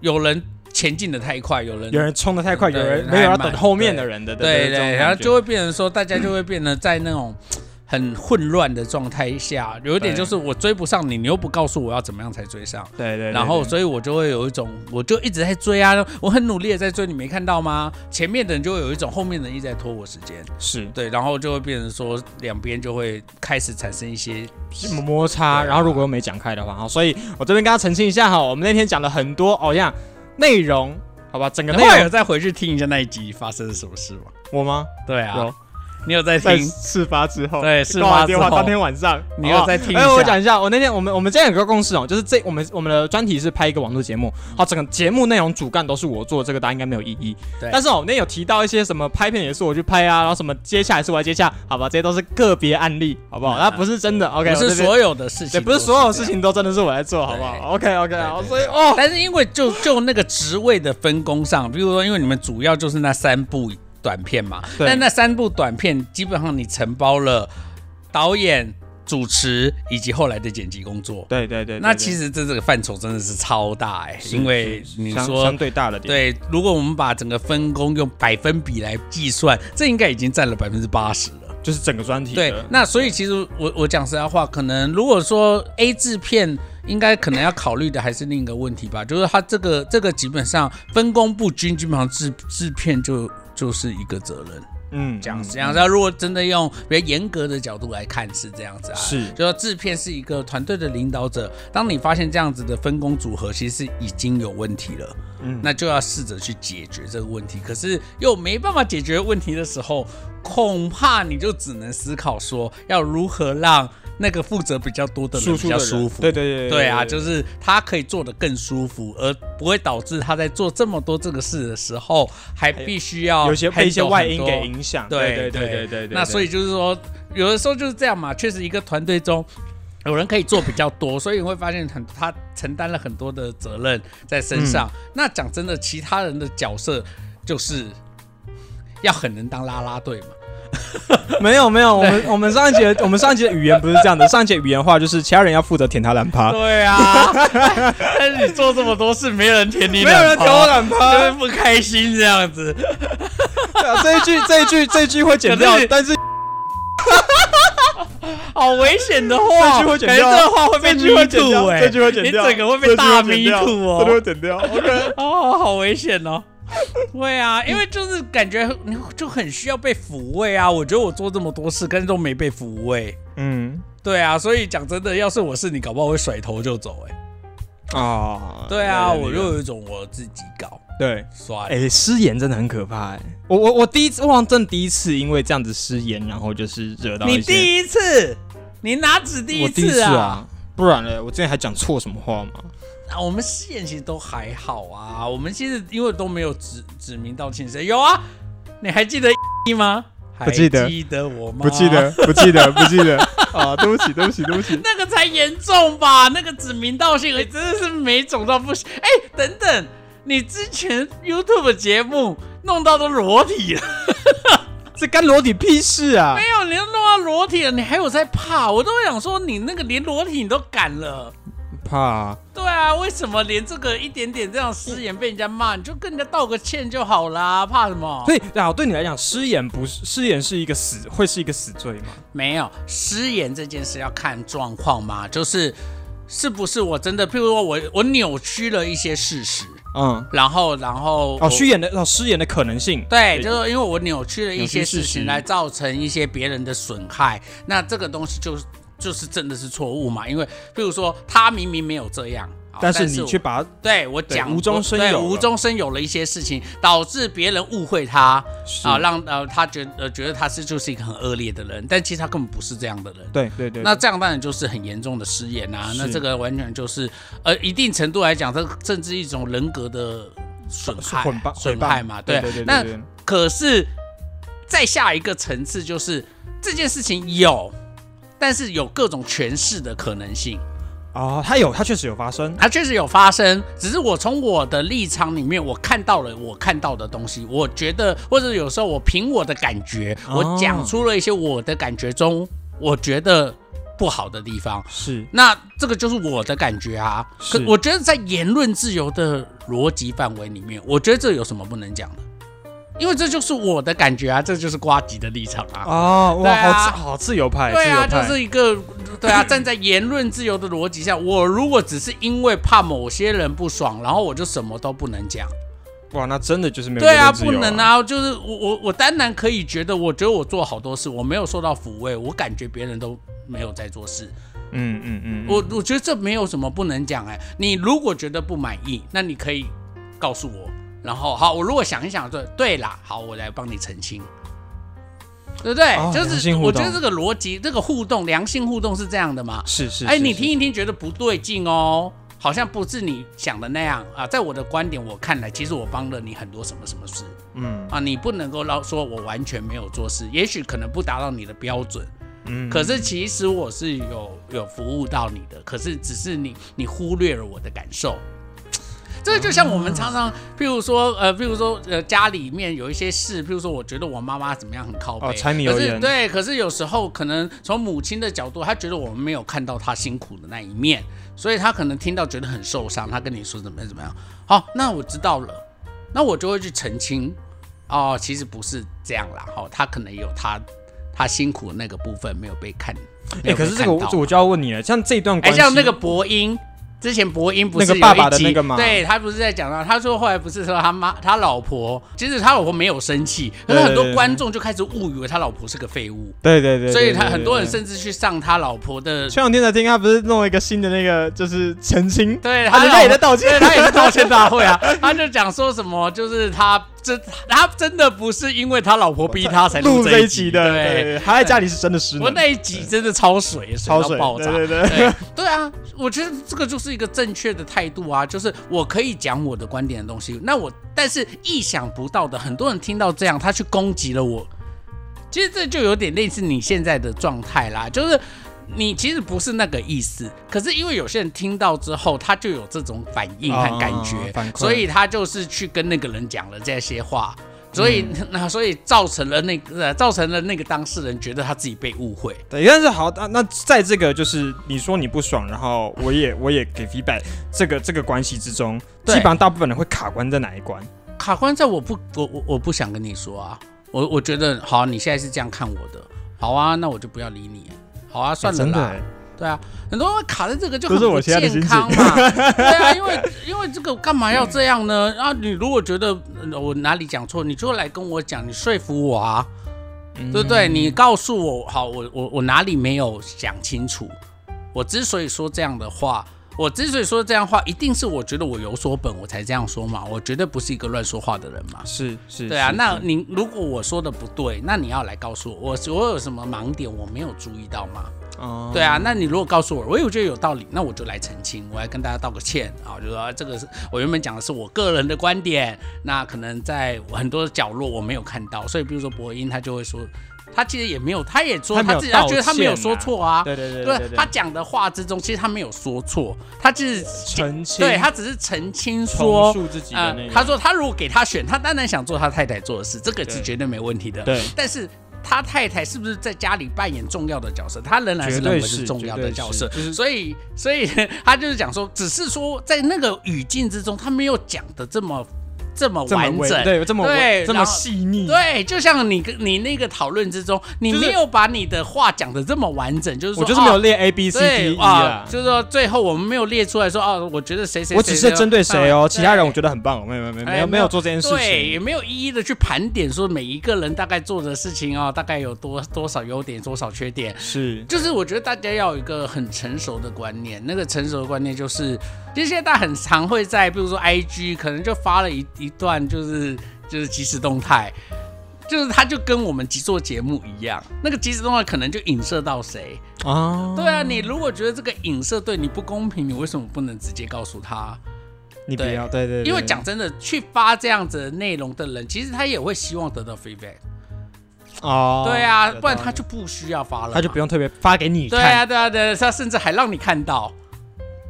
[SPEAKER 1] 有人前进的太快，有人
[SPEAKER 2] 有人冲的太快，有
[SPEAKER 1] 对
[SPEAKER 2] 人
[SPEAKER 1] 太
[SPEAKER 2] 没有要
[SPEAKER 1] 慢
[SPEAKER 2] 等后面
[SPEAKER 1] 对
[SPEAKER 2] 的人的，
[SPEAKER 1] 对
[SPEAKER 2] 这种
[SPEAKER 1] 对，然后
[SPEAKER 2] 感觉
[SPEAKER 1] 就会变成说，大家就会变得在那种很混乱的状态下，有一点
[SPEAKER 2] 对
[SPEAKER 1] 就是我追不上你，你又不告诉我要怎么样才追上。
[SPEAKER 2] 对对对，
[SPEAKER 1] 然后，
[SPEAKER 2] 对
[SPEAKER 1] 所以我就会有一种，我就一直在追啊，我很努力的在追，你没看到吗？前面的人就会有一种，后面的人一直在拖我时间，
[SPEAKER 2] 是
[SPEAKER 1] 对，然后就会变成说，两边就会开始产生一些，
[SPEAKER 2] 摩擦，
[SPEAKER 1] 对啊
[SPEAKER 2] 然后如果又没讲开的话，好，所以我这边跟他澄清一下哈，我们那天讲了很多哦呀内容，好吧，整个
[SPEAKER 1] 然
[SPEAKER 2] 内
[SPEAKER 1] 后
[SPEAKER 2] 容
[SPEAKER 1] 有再回去听一下那一集发生了什么事吗？
[SPEAKER 2] 我吗？
[SPEAKER 1] 对啊
[SPEAKER 2] 有，
[SPEAKER 1] 你有在
[SPEAKER 2] 在
[SPEAKER 1] 听？
[SPEAKER 2] 事发之后，
[SPEAKER 1] 对事
[SPEAKER 2] 挂完
[SPEAKER 1] 发之
[SPEAKER 2] 电话
[SPEAKER 1] 后
[SPEAKER 2] 当天晚上，
[SPEAKER 1] 你
[SPEAKER 2] 好不
[SPEAKER 1] 有
[SPEAKER 2] 好
[SPEAKER 1] 在听一
[SPEAKER 2] 哎，我
[SPEAKER 1] 下？
[SPEAKER 2] 讲一下，我那天我们我们之前有个共识哦，就是这我们我们的专题是拍一个网络节目，好，整个节目内容主干都是我做，这个大家应该没有异议
[SPEAKER 1] 对。
[SPEAKER 2] 但是哦，我那天有提到一些什么拍片也是我去拍啊，然后什么接下来是我来接下，好吧，这些都是个别案例，好不好？
[SPEAKER 1] 嗯
[SPEAKER 2] 那不是真的，OK，
[SPEAKER 1] 不
[SPEAKER 2] 我
[SPEAKER 1] 是
[SPEAKER 2] 这边
[SPEAKER 1] 所有的事
[SPEAKER 2] 对，
[SPEAKER 1] 情，
[SPEAKER 2] 不是所有事。情都真的是我来做，好不好？OK OK，
[SPEAKER 1] 对
[SPEAKER 2] 好，
[SPEAKER 1] 对
[SPEAKER 2] 所以哦，
[SPEAKER 1] 但是因为就就那个职位的分工上，比如说，因为你们主要就是那三部短片嘛，
[SPEAKER 2] 对
[SPEAKER 1] 但那三部短片基本上你承包了导演、主持以及后来的剪辑工作。
[SPEAKER 2] 对对对，
[SPEAKER 1] 那其
[SPEAKER 2] 实
[SPEAKER 1] 实这这个范畴真的是超大哎、因为你
[SPEAKER 2] 相
[SPEAKER 1] 说
[SPEAKER 2] 相对大了点，
[SPEAKER 1] 对，如果我们把整个分工用百分比来计算，这应该已经占了百分之八十了。
[SPEAKER 2] 就是整个专题
[SPEAKER 1] 对
[SPEAKER 2] 的，
[SPEAKER 1] 那所以其实我我讲实在话，可能如果说 A 制片，应该可能要考虑的还是另一个问题吧，就是它这个这个基本上分工不均，基本上制制片就就是一个责任。
[SPEAKER 2] 嗯，
[SPEAKER 1] 这样
[SPEAKER 2] 嗯
[SPEAKER 1] 子，这样子。那如果真的用比较严格的角度来看，是这样子啊。
[SPEAKER 2] 是
[SPEAKER 1] 就说制片是一个团队的领导者，当你发现这样子的分工组合其实是已经有问题了，
[SPEAKER 2] 嗯
[SPEAKER 1] 那就要试着去解决这个问题。可是又没办法解决问题的时候，恐怕你就只能思考说，要如何让那个负责比较多的人
[SPEAKER 2] 输
[SPEAKER 1] 比
[SPEAKER 2] 出
[SPEAKER 1] 较
[SPEAKER 2] 的
[SPEAKER 1] 舒
[SPEAKER 2] 人
[SPEAKER 1] 服。
[SPEAKER 2] 对对对
[SPEAKER 1] 对啊，就是是他可以做得更舒服，而不会导致他在做这么多这个事的时候，还必须要
[SPEAKER 2] 有些被一些
[SPEAKER 1] handle
[SPEAKER 2] 外
[SPEAKER 1] 哦很
[SPEAKER 2] 因
[SPEAKER 1] 多
[SPEAKER 2] 给影响，
[SPEAKER 1] 对
[SPEAKER 2] 对对对对对，
[SPEAKER 1] 那所以就是说，有的时候就是这样嘛，确实一个团队中。有人可以做比较多，所以你会发现很他承担了很多的责任在身上。
[SPEAKER 2] 嗯
[SPEAKER 1] 那讲真的，其他人的角色就是要很能当啦啦队嘛。
[SPEAKER 2] 没有没有，我们我 们上一节我们上一节的语言不是这样的，上一节语言话就是其他人要负责舔他懒趴，
[SPEAKER 1] 对啊，但是你做这么多事， 没人舔你，
[SPEAKER 2] 没有人舔我，啊懒
[SPEAKER 1] 就
[SPEAKER 2] 趴
[SPEAKER 1] 会，不开心这样子。
[SPEAKER 2] 对啊这一句这一句这一句会剪掉
[SPEAKER 1] 可是，
[SPEAKER 2] 但是
[SPEAKER 1] 好危险的话，
[SPEAKER 2] 这句会剪掉啊
[SPEAKER 1] 感觉哦这话会被
[SPEAKER 2] 这句会
[SPEAKER 1] me
[SPEAKER 2] 剪
[SPEAKER 1] too
[SPEAKER 2] 掉，
[SPEAKER 1] 哎、
[SPEAKER 2] 这句会剪掉，
[SPEAKER 1] 你整个会被大 me
[SPEAKER 2] 这句会剪掉
[SPEAKER 1] too
[SPEAKER 2] 这句
[SPEAKER 1] 哦
[SPEAKER 2] 会，剪掉，OK，
[SPEAKER 1] 哦，好危险哦。对啊，因为就是感觉你就很需要被抚慰啊。我觉得我做这么多事，但是都没被抚慰。
[SPEAKER 2] 嗯
[SPEAKER 1] 对啊，所以讲真的，要是我是你，搞不好会甩头就走、哎，
[SPEAKER 2] 啊，
[SPEAKER 1] 对 啊，我
[SPEAKER 2] 对
[SPEAKER 1] 就有一种我自己搞
[SPEAKER 2] 对。
[SPEAKER 1] 刷。
[SPEAKER 2] 哎、失言真的很可怕哎、我我我第一次，我好像真的第一次因为这样子失言，然后就是惹到
[SPEAKER 1] 你
[SPEAKER 2] 一些。
[SPEAKER 1] 第一次，你哪止第一
[SPEAKER 2] 我第一
[SPEAKER 1] 次
[SPEAKER 2] 次
[SPEAKER 1] 啊？
[SPEAKER 2] 啊，不然呢？我之前还讲错什么话吗？
[SPEAKER 1] 啊我们试验其实都还好啊，我们其实因为都没有指指名道姓谁。有啊，你还记得一吗？
[SPEAKER 2] 不记得
[SPEAKER 1] 还记得我吗？
[SPEAKER 2] 不记得，不记得，不记得啊！对不起，对不起，对不起。
[SPEAKER 1] 那个才严重吧？那个指名道姓，哎真的是没种到不行。哎、等等，你之前 YouTube 节目弄到都裸体了，
[SPEAKER 2] 这干裸体屁事啊
[SPEAKER 1] 没！有，你都弄到裸体了，你还有在怕？我都想说，你那个连裸体你都敢了。
[SPEAKER 2] 怕、
[SPEAKER 1] 对啊，为什么连这个一点点这样失言被人家骂，你就跟人家道个歉就好啦，怕什么？
[SPEAKER 2] 所以啊，对你来讲，失言不是失言是一个死，会是一个死罪吗？
[SPEAKER 1] 没有失言这件事要看状况嘛，就是是不是我真的，譬如说我我扭曲了一些事实，
[SPEAKER 2] 嗯，
[SPEAKER 1] 然后然后
[SPEAKER 2] 哦，
[SPEAKER 1] 我
[SPEAKER 2] 虚言的哦，失言的可能性。
[SPEAKER 1] 对，
[SPEAKER 2] 对
[SPEAKER 1] 就是因为我扭曲了一些事
[SPEAKER 2] 扭曲事
[SPEAKER 1] 情，
[SPEAKER 2] 实
[SPEAKER 1] 来造成一些别人的损害，那这个东西就是就是真的是错误嘛？因为比如说他明明没有这样，好
[SPEAKER 2] 但是你
[SPEAKER 1] 我
[SPEAKER 2] 却把它
[SPEAKER 1] 对我讲
[SPEAKER 2] 无中生有
[SPEAKER 1] 对
[SPEAKER 2] 了
[SPEAKER 1] 无中生有了一些事情，导致别人误会他
[SPEAKER 2] 是
[SPEAKER 1] 啊，让呃他觉呃觉得他是就是一个很恶劣的人，但其实他根本不是这样的人。
[SPEAKER 2] 对对对，
[SPEAKER 1] 那这样当然就是很严重的失言啊，
[SPEAKER 2] 是
[SPEAKER 1] 那这个完全就是呃一定程度来讲，这甚至一种人格的损害
[SPEAKER 2] 混吧
[SPEAKER 1] 损害嘛，
[SPEAKER 2] 对
[SPEAKER 1] 对
[SPEAKER 2] 对对
[SPEAKER 1] 那
[SPEAKER 2] 对对
[SPEAKER 1] 可是再下一个层次就是这件事情有，但是有各种诠释的可能性，
[SPEAKER 2] 哦，他有，他确实有发生。
[SPEAKER 1] 它确实有发生。只是我从我的立场里面，我看到了我看到的东西，我觉得或者有时候我凭我的感觉，
[SPEAKER 2] 哦
[SPEAKER 1] 我讲出了一些我的感觉中我觉得不好的地方。
[SPEAKER 2] 是
[SPEAKER 1] 那这个就是我的感觉啊，可
[SPEAKER 2] 是
[SPEAKER 1] 我觉得在言论自由的逻辑范围里面，我觉得这有什么不能讲的？因为这就是我的感觉啊，这就是瓜吉的立场啊。
[SPEAKER 2] 哦，哎
[SPEAKER 1] 对
[SPEAKER 2] 哇，
[SPEAKER 1] 啊
[SPEAKER 2] 好自好自由派，
[SPEAKER 1] 对啊，
[SPEAKER 2] 自
[SPEAKER 1] 就
[SPEAKER 2] 由派
[SPEAKER 1] 是一个对 啊，站在言论自由的逻辑下，我如果只是因为怕某些人不爽，然后我就什么都不能讲，
[SPEAKER 2] 啊哇，那真的就是没有
[SPEAKER 1] 对啊，
[SPEAKER 2] 言论自
[SPEAKER 1] 不
[SPEAKER 2] 由
[SPEAKER 1] 能，啊，就是我我我当然可以觉得，我觉得我做好多事，我没有受到抚慰，我感觉别人都没有在做事，
[SPEAKER 2] 嗯嗯嗯，
[SPEAKER 1] 我我觉得这没有什么不能讲哎、你如果觉得不满意，那你可以告诉我，然后好，我如果想一想，对对啦，好，我来帮你澄清，对不对？
[SPEAKER 2] 哦
[SPEAKER 1] 就
[SPEAKER 2] 良
[SPEAKER 1] 是
[SPEAKER 2] 性互
[SPEAKER 1] 我觉
[SPEAKER 2] 动
[SPEAKER 1] 得这个逻辑，这个互动，良性互动是这样的嘛？
[SPEAKER 2] 是是，
[SPEAKER 1] 哎，
[SPEAKER 2] 是
[SPEAKER 1] 你
[SPEAKER 2] 是
[SPEAKER 1] 听一听，觉得不对劲哦。好像不是你想的那样啊，在我的观点我看来，其实我帮了你很多什么什么事
[SPEAKER 2] 嗯
[SPEAKER 1] 啊，你不能够捞说我完全没有做事，也许可能不达到你的标准，
[SPEAKER 2] 嗯，
[SPEAKER 1] 可是其实我是有有服务到你的，可是只是你你忽略了我的感受。这个就像我们常常，譬如说，呃，譬如说，呃，家里面有一些事，譬如说，我觉得我妈妈怎么样很靠背，
[SPEAKER 2] 哦柴米
[SPEAKER 1] 可
[SPEAKER 2] 油
[SPEAKER 1] 是
[SPEAKER 2] 盐
[SPEAKER 1] 对，可是有时候可能从母亲的角度，她觉得我们没有看到她辛苦的那一面，所以她可能听到觉得很受伤，她跟你说怎么样怎么样。好，那我知道了，那我就会去澄清。哦，其实不是这样啦，哦，她可能有她她辛苦的那个部分没有被看。没
[SPEAKER 2] 哎，
[SPEAKER 1] 有被
[SPEAKER 2] 可是这个
[SPEAKER 1] 看
[SPEAKER 2] 我
[SPEAKER 1] 到啊
[SPEAKER 2] 我就要问你了，像这一段
[SPEAKER 1] 哎、
[SPEAKER 2] 关系，
[SPEAKER 1] 像那个博音，之前博音不是
[SPEAKER 2] 那个爸爸
[SPEAKER 1] 有一集
[SPEAKER 2] 的那个吗
[SPEAKER 1] 对他不是在讲到，他说后来不是说他妈他老婆，其实他老婆没有生气，可是
[SPEAKER 2] 对对
[SPEAKER 1] 很多
[SPEAKER 2] 对
[SPEAKER 1] 观众就开始误以为他老婆是个废物，
[SPEAKER 2] 对对对，
[SPEAKER 1] 所以
[SPEAKER 2] 对
[SPEAKER 1] 他
[SPEAKER 2] 对
[SPEAKER 1] 很多人
[SPEAKER 2] 对
[SPEAKER 1] 甚至去上他老婆的。
[SPEAKER 2] 前两天才听他不是弄了一个新的那个就是澄清，
[SPEAKER 1] 对，
[SPEAKER 2] 啊
[SPEAKER 1] 他
[SPEAKER 2] 人
[SPEAKER 1] 老
[SPEAKER 2] 家也
[SPEAKER 1] 婆
[SPEAKER 2] 在道
[SPEAKER 1] 对，
[SPEAKER 2] 歉
[SPEAKER 1] 他也是道歉大会啊。他就讲说什么，就是他真他真的不是因为他老婆逼他才
[SPEAKER 2] 录
[SPEAKER 1] 这
[SPEAKER 2] 这
[SPEAKER 1] 一
[SPEAKER 2] 一集的，
[SPEAKER 1] 对，
[SPEAKER 2] 对，对他在家里是真的失
[SPEAKER 1] 我
[SPEAKER 2] 能，
[SPEAKER 1] 那一集真的超水，
[SPEAKER 2] 超
[SPEAKER 1] 到
[SPEAKER 2] 水，
[SPEAKER 1] 爆炸。
[SPEAKER 2] 对对对。
[SPEAKER 1] 对 对啊，我觉得这个就是一个正确的态度啊，就是我可以讲我的观点的东西，那我但是意想不到的，很多人听到这样，他去攻击了我，其实这就有点类似你现在的状态啦，就是。你其实不是那个意思，可是因为有些人听到之后，他就有这种反应和感觉，
[SPEAKER 2] 哦反馈
[SPEAKER 1] 所以他就是去跟那个人讲了这些话，所以、
[SPEAKER 2] 嗯
[SPEAKER 1] 那所以造成了那个造成了那个当事人觉得他自己被误会，
[SPEAKER 2] 对，但是好，那那在这个就是你说你不爽，然后我也我也给 feedback，这个这个关系之中，基
[SPEAKER 1] 对
[SPEAKER 2] 本上大部分人会卡关在哪一关？
[SPEAKER 1] 卡关在我不，我我我不想跟你说啊，我我觉得好，你现在是这样看我的，好啊，那我就不要理你，好啊，算了
[SPEAKER 2] 真的
[SPEAKER 1] 啦，
[SPEAKER 2] 欸，
[SPEAKER 1] 对啊，很多人会卡在这个就
[SPEAKER 2] 都
[SPEAKER 1] 很
[SPEAKER 2] 是
[SPEAKER 1] 不
[SPEAKER 2] 我现在的
[SPEAKER 1] 健
[SPEAKER 2] 心情
[SPEAKER 1] 康嘛， 对啊，因为因为这个干嘛要这样呢？然后你如果觉得呃我哪里讲错，你就来跟我讲，你说服我啊，
[SPEAKER 2] 嗯
[SPEAKER 1] 对不对？你告诉我，好，我我我哪里没有想清楚？我之所以说这样的话，我之所以说这样话，一定是我觉得我有所本，我才这样说嘛，我绝对不是一个乱说话的人嘛。
[SPEAKER 2] 是是，
[SPEAKER 1] 对啊，
[SPEAKER 2] 是
[SPEAKER 1] 那
[SPEAKER 2] 是
[SPEAKER 1] 你如果我说的不对，那你要来告诉我，我我有什么盲点我没有注意到吗？
[SPEAKER 2] 哦
[SPEAKER 1] 对啊，那你如果告诉我，我也觉得有道理，那我就来澄清，我来跟大家道个歉啊，就说啊这个是我原本讲的是我个人的观点，那可能在很多角落我没有看到，所以比如说博音他就会说，他其实也没有，他也说
[SPEAKER 2] 他没
[SPEAKER 1] 他
[SPEAKER 2] 有
[SPEAKER 1] 自己他觉得他没有
[SPEAKER 2] 道歉
[SPEAKER 1] 说
[SPEAKER 2] 啊
[SPEAKER 1] 错啊，
[SPEAKER 2] 对对对
[SPEAKER 1] 对
[SPEAKER 2] 对对，
[SPEAKER 1] 他讲的话之中其实他没有说错，他就是
[SPEAKER 2] 澄清，
[SPEAKER 1] 对他只是澄清
[SPEAKER 2] 重
[SPEAKER 1] 说。
[SPEAKER 2] 塑自己的
[SPEAKER 1] 呃
[SPEAKER 2] 那，个，
[SPEAKER 1] 他说他如果给他选，他当然想做他太太做的事，这个是
[SPEAKER 2] 对
[SPEAKER 1] 绝对没问题的。
[SPEAKER 2] 对
[SPEAKER 1] 但是他太太是不是在家里扮演重要的角色？他仍然是认为是重要的角色
[SPEAKER 2] 绝对是绝对是就是，
[SPEAKER 1] 所以所以 他就是讲说，只是说在那个语境之中，他没有讲的这么这么
[SPEAKER 2] 这么
[SPEAKER 1] 完
[SPEAKER 2] 委
[SPEAKER 1] 整，
[SPEAKER 2] 对，这么委
[SPEAKER 1] 对
[SPEAKER 2] 这么
[SPEAKER 1] 然后
[SPEAKER 2] 细腻，
[SPEAKER 1] 对，就像你跟你那个讨论之中，你
[SPEAKER 2] 就是
[SPEAKER 1] 没有把你的话讲的这么完整，就是说
[SPEAKER 2] 我就是没
[SPEAKER 1] 哦
[SPEAKER 2] 有列 A B C
[SPEAKER 1] 对
[SPEAKER 2] D E 啊，
[SPEAKER 1] 就是说最后我们没有列出来说哦，我觉得谁谁，
[SPEAKER 2] 我只是针对谁哦，其他人我
[SPEAKER 1] 觉
[SPEAKER 2] 觉得很棒，没有没有没有没
[SPEAKER 1] 哎
[SPEAKER 2] 有没有做这件事
[SPEAKER 1] 对，也
[SPEAKER 2] 情，
[SPEAKER 1] 没有一一的去盘点说每一个人大概做的事情哦，大概有多多少优点，多少缺点。
[SPEAKER 2] 是
[SPEAKER 1] 就是我觉得大家要有一个很成熟的观念，那个成熟的观念就是，其实现在大家很常会在，比如说 IG 可能就发了一一段就是就是即时动态，就是它就跟我们做节目一样，那个即时动态可能就影射到谁，
[SPEAKER 2] 啊，
[SPEAKER 1] 对啊，你如果觉得这个影射对你不公平，你为什么不能直接告诉他？
[SPEAKER 2] 你不
[SPEAKER 1] 对
[SPEAKER 2] 要对对，对
[SPEAKER 1] 因为讲真的，去发这样子的内容的人，其实他也会希望得到 feedback。
[SPEAKER 2] 哦，
[SPEAKER 1] 对啊，
[SPEAKER 2] 有
[SPEAKER 1] 不然
[SPEAKER 2] 道
[SPEAKER 1] 他
[SPEAKER 2] 理
[SPEAKER 1] 就不需要发了嘛，
[SPEAKER 2] 他就不用特别发给你
[SPEAKER 1] 对
[SPEAKER 2] 看。
[SPEAKER 1] 啊，对啊，对啊，他甚至还让你看到。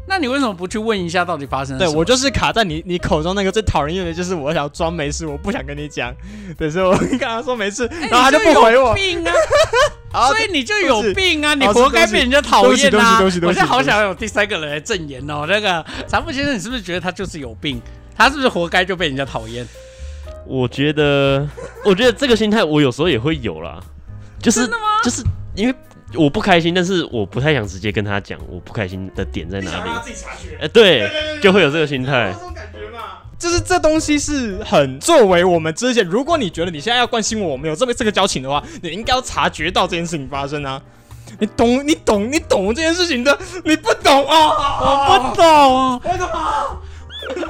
[SPEAKER 1] 那你为什么不去问一下到底发生了
[SPEAKER 2] 对
[SPEAKER 1] 什么？
[SPEAKER 2] 我就是卡在你你口中那个最讨人厌的，就是我想装没事，我不想跟你讲，对，所以我跟他说没事，
[SPEAKER 1] 哎，
[SPEAKER 2] 然后他
[SPEAKER 1] 你
[SPEAKER 2] 不回我
[SPEAKER 1] 有。病啊！
[SPEAKER 2] 好
[SPEAKER 1] 所以你就
[SPEAKER 2] 对
[SPEAKER 1] 有
[SPEAKER 2] 不起
[SPEAKER 1] 病啊！你
[SPEAKER 2] 好
[SPEAKER 1] 活该被人家讨厌啊！
[SPEAKER 2] 对不起对
[SPEAKER 1] 我
[SPEAKER 2] 不起对不起对不起
[SPEAKER 1] 现在好想有第三个人来证言哦。那个长富先生，你是不是觉得他就是有病？他是不是活该就被人家讨厌？
[SPEAKER 3] 我觉得， 我觉得这个心态我有时候也会有啦，就是就是因为我不开心，但是我不太想直接跟他讲我不开心的点在哪里。
[SPEAKER 2] 自己察觉，
[SPEAKER 3] 哎、对，就会有这个心态。
[SPEAKER 2] 种感觉嘛。就是这东西是很作为我们之前，如果你觉得你现在要关心我，我们有这么这个交情的话，你应该要察觉到这件事情发生啊。你懂，你懂，你懂这件事情的，你不懂啊！我不懂，我懂。
[SPEAKER 1] 哦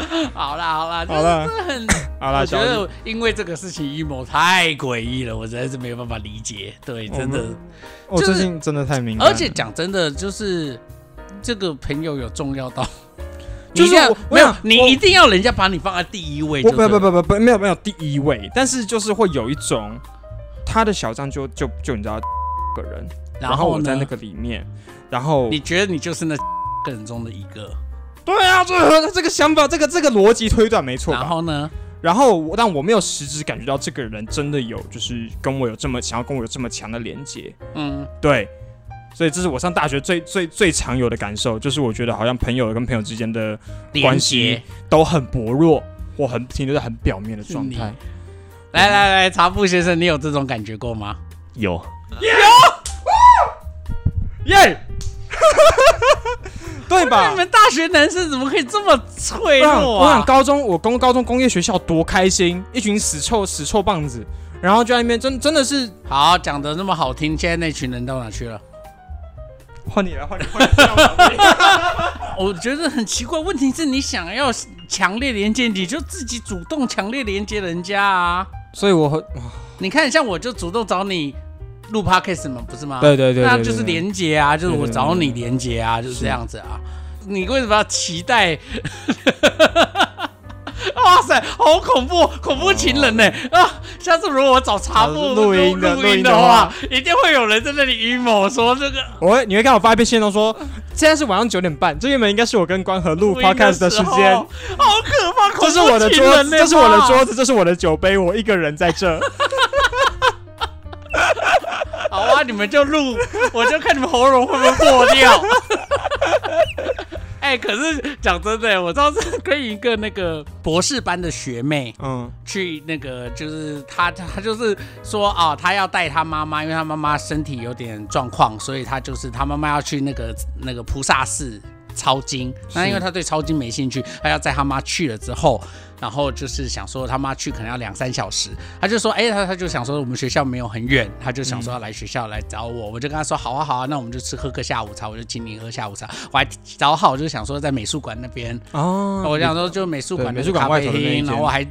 [SPEAKER 1] 好啦好啦，
[SPEAKER 2] 好啦
[SPEAKER 1] 真的很，
[SPEAKER 2] 好
[SPEAKER 1] 我
[SPEAKER 2] 了，
[SPEAKER 1] 觉
[SPEAKER 2] 小李
[SPEAKER 1] 得因为这个事情 emo 太诡异了，我实在是没有办法理解。对，
[SPEAKER 2] 我
[SPEAKER 1] 真的，嗯
[SPEAKER 2] 们我
[SPEAKER 1] 就是
[SPEAKER 2] 哦最近真的太敏感了，
[SPEAKER 1] 而且讲真的，就是这个朋友有重要 到，
[SPEAKER 2] 就是
[SPEAKER 1] 你一定要
[SPEAKER 2] 我
[SPEAKER 1] 没有
[SPEAKER 2] 我
[SPEAKER 1] 你
[SPEAKER 2] 我
[SPEAKER 1] 一定要人家把你放在第一位就
[SPEAKER 2] 我
[SPEAKER 1] 对了，
[SPEAKER 2] 不不不不不没有没有第一位，但是就是会有一种他的小账就就就你知道个人，
[SPEAKER 1] 然
[SPEAKER 2] 后我
[SPEAKER 1] 呢
[SPEAKER 2] 在那个里面，然 后
[SPEAKER 1] 你觉得你就是那个人中的一个，
[SPEAKER 2] 对啊， 这这个想法，这个这个逻辑推断没错
[SPEAKER 1] 然
[SPEAKER 2] 吧？
[SPEAKER 1] 后呢？
[SPEAKER 2] 然后我，但我没有实质感觉到这个人真的有，就是跟我有这么想要跟我有这么强的连接。
[SPEAKER 1] 嗯，
[SPEAKER 2] 对，所以这是我上大学最最最常有的感受，就是我觉得好像朋友跟朋友之间的关
[SPEAKER 1] 连
[SPEAKER 2] 系
[SPEAKER 1] 结。
[SPEAKER 2] 都很薄弱，或很停留在很表面的状态。
[SPEAKER 1] 来来来，茶布先生，你有这种感觉过吗？
[SPEAKER 3] 有，
[SPEAKER 2] 耶 对吧？
[SPEAKER 1] 哎你们大学男生怎么可以这么脆
[SPEAKER 2] 我想，
[SPEAKER 1] 弱
[SPEAKER 2] 我想
[SPEAKER 1] 啊？
[SPEAKER 2] 高中，我工高中工业学校多开心，一群死臭死臭棒子，然后就在那边真真的是
[SPEAKER 1] 好，讲的那么好听，现在那群人到哪去了？
[SPEAKER 2] 换你了，换你，换你换你，
[SPEAKER 1] 我觉得很奇怪，问题是你想要强烈连接，你就自己主动强烈连接人家啊。
[SPEAKER 2] 所以我很
[SPEAKER 1] 你看，像我就主动找你录 podcast 嘛，不是吗？
[SPEAKER 2] 对对对对
[SPEAKER 1] 那
[SPEAKER 2] 对
[SPEAKER 1] 就是
[SPEAKER 2] 对
[SPEAKER 1] 连接啊，就是我
[SPEAKER 2] 对对
[SPEAKER 1] 找你连接啊，就是这样子啊。你为什么要期待？ 哇塞，好恐怖，恐怖情人呢、啊！下次如果我找茶
[SPEAKER 2] 哦啊
[SPEAKER 1] 布
[SPEAKER 2] 录音的
[SPEAKER 1] 录
[SPEAKER 2] 录音
[SPEAKER 1] 音的
[SPEAKER 2] 的
[SPEAKER 1] 话
[SPEAKER 2] 话，
[SPEAKER 1] 一定会有人在那里阴谋说这个
[SPEAKER 2] 我会你会看我发一篇信中说，现在是晚上九点半，这原本应该是我跟关河录
[SPEAKER 1] 录音
[SPEAKER 2] podcast
[SPEAKER 1] 的
[SPEAKER 2] 的时
[SPEAKER 1] 候
[SPEAKER 2] 间，
[SPEAKER 1] 好可怕！
[SPEAKER 2] 这
[SPEAKER 1] 恐
[SPEAKER 2] 是我
[SPEAKER 1] 怖
[SPEAKER 2] 的
[SPEAKER 1] 情
[SPEAKER 2] 桌
[SPEAKER 1] 人
[SPEAKER 2] 子，
[SPEAKER 1] 呢、
[SPEAKER 2] 这是我的
[SPEAKER 1] 爸
[SPEAKER 2] 桌子，这是我的酒杯，我一个人在这。
[SPEAKER 1] 好啊，你们就录，我就看你们喉咙会不会破掉。哎、可是讲真的，我上次跟一个那个博士班的学妹
[SPEAKER 2] 嗯，
[SPEAKER 1] 去那个，就是她她就是说啊，她要带她妈妈，因为她妈妈身体有点状况，所以她就是她妈妈要去那个那个菩萨寺抄经。那因为她对抄经没兴趣，她要在她妈去了之后，然后就是想说他妈去可能要两三小时，他就说，哎、他他就想说我们学校没有很远，他就想说要来学校来找我，我就跟他说，好啊好啊，那我们就吃喝个下午茶，我就请你喝下午茶，我还找好就想说在美术馆那边，
[SPEAKER 2] 哦
[SPEAKER 1] 我想说就美术馆那
[SPEAKER 2] 对美术
[SPEAKER 1] 个
[SPEAKER 2] 馆
[SPEAKER 1] 咖
[SPEAKER 2] 外
[SPEAKER 1] 啡
[SPEAKER 2] 头的那一
[SPEAKER 1] 厅，
[SPEAKER 2] 间
[SPEAKER 1] 然后我还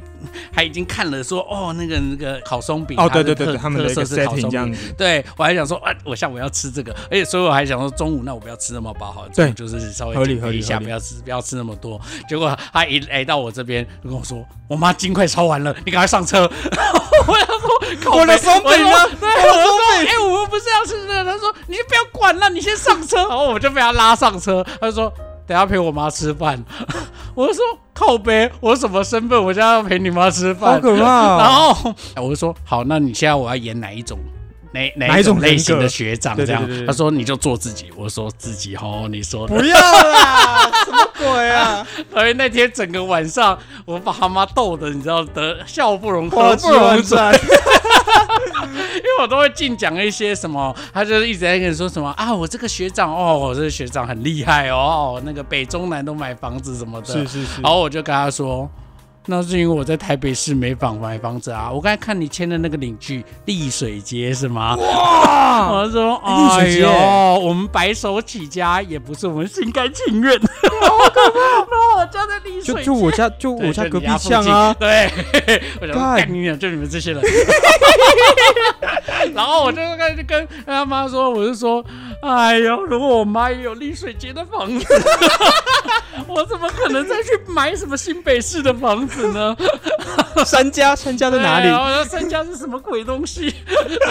[SPEAKER 1] 还已经看了说，哦那个那个烤松饼，
[SPEAKER 2] 哦，
[SPEAKER 1] 它
[SPEAKER 2] 对
[SPEAKER 1] 是
[SPEAKER 2] 对对对，
[SPEAKER 1] 特
[SPEAKER 2] 他们的一
[SPEAKER 1] 特
[SPEAKER 2] 个
[SPEAKER 1] 色是烤
[SPEAKER 2] setting
[SPEAKER 1] 松
[SPEAKER 2] 这
[SPEAKER 1] 饼
[SPEAKER 2] 样。子，
[SPEAKER 1] 对，我还想说，啊，我下午要吃这个，而且所以我还想说，中午那我不要吃那么饱，好了，中午
[SPEAKER 2] 对
[SPEAKER 1] 就是稍微
[SPEAKER 2] 合理
[SPEAKER 1] 减
[SPEAKER 2] 合
[SPEAKER 1] 肥
[SPEAKER 2] 理
[SPEAKER 1] 一下，
[SPEAKER 2] 合理
[SPEAKER 1] 不要吃不要吃那么多。结果他一来到我这边，就跟我说，我妈筋快烧完了，你赶快上车。 我想说，靠
[SPEAKER 2] 我的
[SPEAKER 1] 北
[SPEAKER 2] 松饼呢啊
[SPEAKER 1] 我说对，
[SPEAKER 2] 我的
[SPEAKER 1] 我说
[SPEAKER 2] 松，
[SPEAKER 1] 哎、我们不是要吃这个，他说你就不要管了，你先上车。然后我就被他拉上车，他就说。等下陪我妈吃饭， 我就说靠呗，我什么身份？我现在要陪你妈吃饭，
[SPEAKER 2] 好可怕哦
[SPEAKER 1] 然后 我就说好，那你现在我要演哪一种？哪哪
[SPEAKER 2] 哪
[SPEAKER 1] 一
[SPEAKER 2] 一种
[SPEAKER 1] 种类
[SPEAKER 2] 人
[SPEAKER 1] 型
[SPEAKER 2] 格
[SPEAKER 1] 的学长
[SPEAKER 2] 对
[SPEAKER 1] 这
[SPEAKER 2] 对
[SPEAKER 1] 样
[SPEAKER 2] 对对？对
[SPEAKER 1] 他说你就做自己，我说自己哦，你说的
[SPEAKER 2] 不。要啦，什么鬼啊？
[SPEAKER 1] 而哎那天整个晚上，我把他妈逗的，你知道得笑不容
[SPEAKER 2] 花
[SPEAKER 1] 和
[SPEAKER 2] 枝
[SPEAKER 1] 不容
[SPEAKER 2] 乱
[SPEAKER 1] 转。
[SPEAKER 2] 颤。
[SPEAKER 1] 因为我都会尽讲一些什么，他就是一直在跟你说什么啊，我这个学长哦，我这个学长很厉害哦，那个北中南都买房子什么的。
[SPEAKER 2] 是是是
[SPEAKER 1] 然后我就跟他说，那是因为我在台北市没房买房子啊。我刚才看你签的那个领据，丽水街是吗？
[SPEAKER 2] 哇！
[SPEAKER 1] 我就说，
[SPEAKER 2] 丽
[SPEAKER 1] 哎
[SPEAKER 2] 水街
[SPEAKER 1] 呦，我们白手起家也不是我们心甘情愿。 然后我家在丽水
[SPEAKER 2] 就
[SPEAKER 1] 街，
[SPEAKER 2] 就我家就
[SPEAKER 1] 对
[SPEAKER 2] 我家
[SPEAKER 1] 就
[SPEAKER 2] 隔
[SPEAKER 1] 你
[SPEAKER 2] 壁
[SPEAKER 1] 附
[SPEAKER 2] 巷
[SPEAKER 1] 近
[SPEAKER 2] 啊，
[SPEAKER 1] 对，我想说
[SPEAKER 2] 干
[SPEAKER 1] 干你娘，就你们这 些人。然后我就跟就跟他妈说，我就说，哎呦，如果我妈也有丽水街的房子， 我怎么可能再去买什么新北市的房子呢？
[SPEAKER 2] 三家三家在哪
[SPEAKER 1] 对然啊
[SPEAKER 2] 里？
[SPEAKER 1] 后他三家是什么鬼东 西？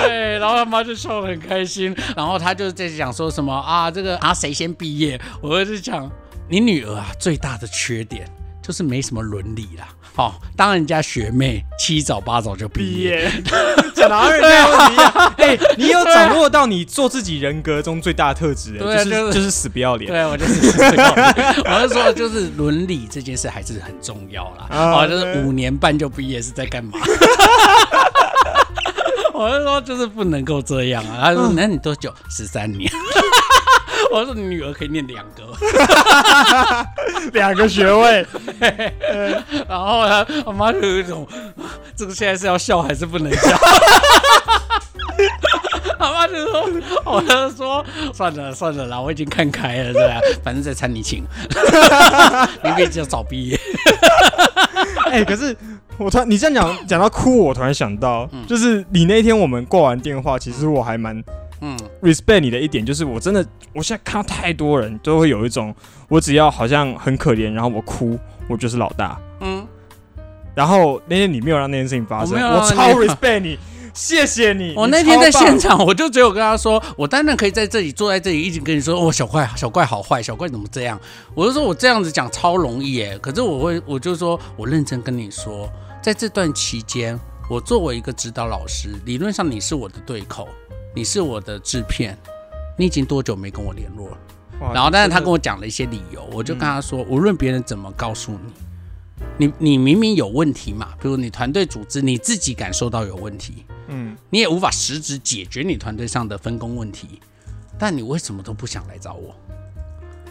[SPEAKER 1] 对，然后他妈就笑得很开心，然后他就在讲说什么啊，这个啊谁先毕业？我就讲你女儿啊最大的缺点就是没什么伦理啦。哦，当人家学妹七早八早就毕业，
[SPEAKER 2] 业，讲到人家问题啊！哎，你有掌握到你做自己人格中最大的特质，
[SPEAKER 1] 对啊
[SPEAKER 2] 哎就
[SPEAKER 1] 就是
[SPEAKER 2] 是就是死不要脸。
[SPEAKER 1] 对我就是 这个，我是说就是伦理这件事还是很重要啦。
[SPEAKER 2] 啊
[SPEAKER 1] 哦，就是
[SPEAKER 2] 对
[SPEAKER 1] 五年半就毕业是在干嘛？ 我是说就是不能够这样啊。他
[SPEAKER 2] 嗯
[SPEAKER 1] 说那你多久？十三年。 我说你女儿可以念两个，
[SPEAKER 2] 两个学位，
[SPEAKER 1] 然后呢，我妈就有一种，这个现在是要笑还是不能笑？ 他妈就说，我就说算了算了啦，我已经看开了，对吧、反正再参你请， 你比较早毕业。
[SPEAKER 2] 哎，可是我突然你这样讲讲到哭，我突然想到，就是你那天我们挂完电话，其实我还蛮
[SPEAKER 1] 嗯，
[SPEAKER 2] respect 你的一点，就是我真的，我现在看到太多人都会有一种，我只要好像很可怜，然后我哭，我就是老大。
[SPEAKER 1] 嗯，
[SPEAKER 2] 然后那天你没有让那件事情发
[SPEAKER 1] 我
[SPEAKER 2] 生，
[SPEAKER 1] 没有
[SPEAKER 2] 我
[SPEAKER 1] 让那
[SPEAKER 2] 超
[SPEAKER 1] 件
[SPEAKER 2] respect 你。谢谢你。
[SPEAKER 1] 我
[SPEAKER 2] 你
[SPEAKER 1] 那天在
[SPEAKER 2] 超棒
[SPEAKER 1] 现，场，我就只有跟他说，我当然可以在这里坐在这里一直跟你说，哦，小怪小怪好坏，小怪怎么这样？我就说我这样子讲超容易耶，可是我会，我就说我认真跟你说，在这段期间，我作为一个指导老师，理论上你是我的对口，你是我的制片，你已经多久没跟我联络了？
[SPEAKER 2] 哇
[SPEAKER 1] 然后，但是他跟
[SPEAKER 2] 我
[SPEAKER 1] 我讲了一些理由，我就跟他说，无论别人怎么告诉你，你你明明有问题嘛，比如你团队组织，你自己感受到有问题，
[SPEAKER 2] 嗯，
[SPEAKER 1] 你也无法实质解决你团队上的分工问题，但你为什么都不想来找我？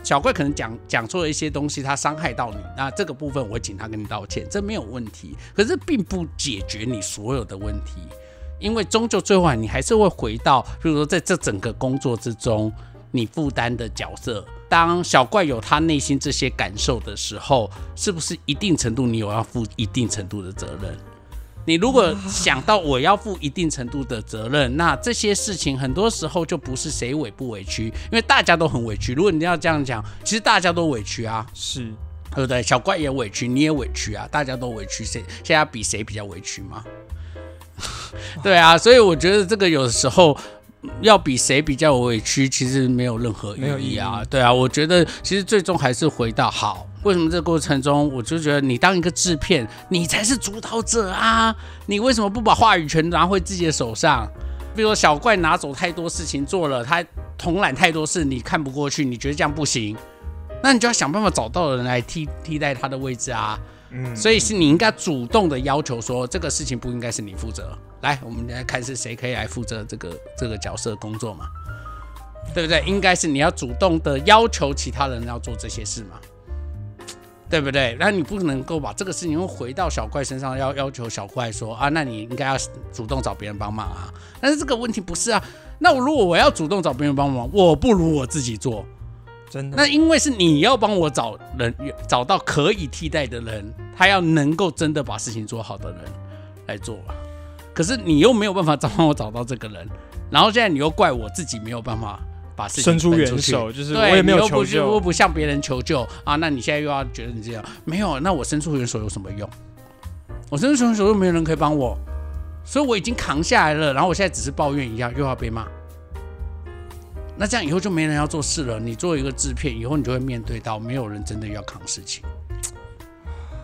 [SPEAKER 1] 小怪可能讲讲错了一些东西，他伤害到你，那这个部分我会请他跟你道歉，这没有问题。可是并不解决你所有的问题，因为终究最后啊你还是会回到，比如说在这整个工作之中，你负担的角色。当小怪有他内心这些感受的时候，是不是一定程度你有要负一定程度的责任？你如果想到我要负一定程度的责任，那这些事情很多时候就不是谁委不委屈，因为大家都很委屈。如果你要这样讲，其实大家都委屈啊，
[SPEAKER 2] 是
[SPEAKER 1] 对不对？小怪也委屈，你也委屈啊，大家都委屈，谁现在比谁比较委屈吗？ 对啊，所以我觉得这个有时候嗯要比谁比较委屈，其实没有任何
[SPEAKER 2] 没有
[SPEAKER 1] 意义啊
[SPEAKER 2] 意。
[SPEAKER 1] 对啊，我觉得其实最终还是回到好。为什么这过程中，我就觉得你当一个制片，你才是主导者啊！你为什么不把话语权拿回自己的手上？比如说小怪拿走太多事情做了，他统揽太多事，你看不过去，你觉得这样不行，那你就要想办法找到人来替替代他的位置啊。
[SPEAKER 2] 嗯
[SPEAKER 1] 所以是你应该主动的要求说，这个事情不应该是你负责。来，我们来看是谁可以来负责这个这个角色工作嘛，对不对？应该是你要主动的要求其他人要做这些事嘛，对不对？那你不能够把这个事情又回到小怪身上，要要求小怪说啊，那你应该要主动找别人帮忙啊。但是这个问题不是啊，那我如果我要主动找别人帮忙，我不如我自己做。
[SPEAKER 2] 真的。
[SPEAKER 1] 那因为是你要帮我找人，找到可以替代的人，他要能够真的把事情做好的人来做吧。可是你又没有办法找帮我找到这个人，然后现在你又怪我自己没有办法把事情
[SPEAKER 2] 伸出
[SPEAKER 1] 分
[SPEAKER 2] 援
[SPEAKER 1] 去
[SPEAKER 2] 手，就是我
[SPEAKER 1] 对，
[SPEAKER 2] 也没有
[SPEAKER 1] 你又
[SPEAKER 2] 求
[SPEAKER 1] 不是又
[SPEAKER 2] 救，
[SPEAKER 1] 不向别人求救啊，那你现在又要觉得你这样没有，那我伸出援手有什么用？我伸出援手又没有人可以帮我，所以我已经扛下来了，然后我现在只是抱怨一下，又要被骂。那这样以后就没人要做事了。你做一个制片，以后你就会面对到没有人真的要扛事情。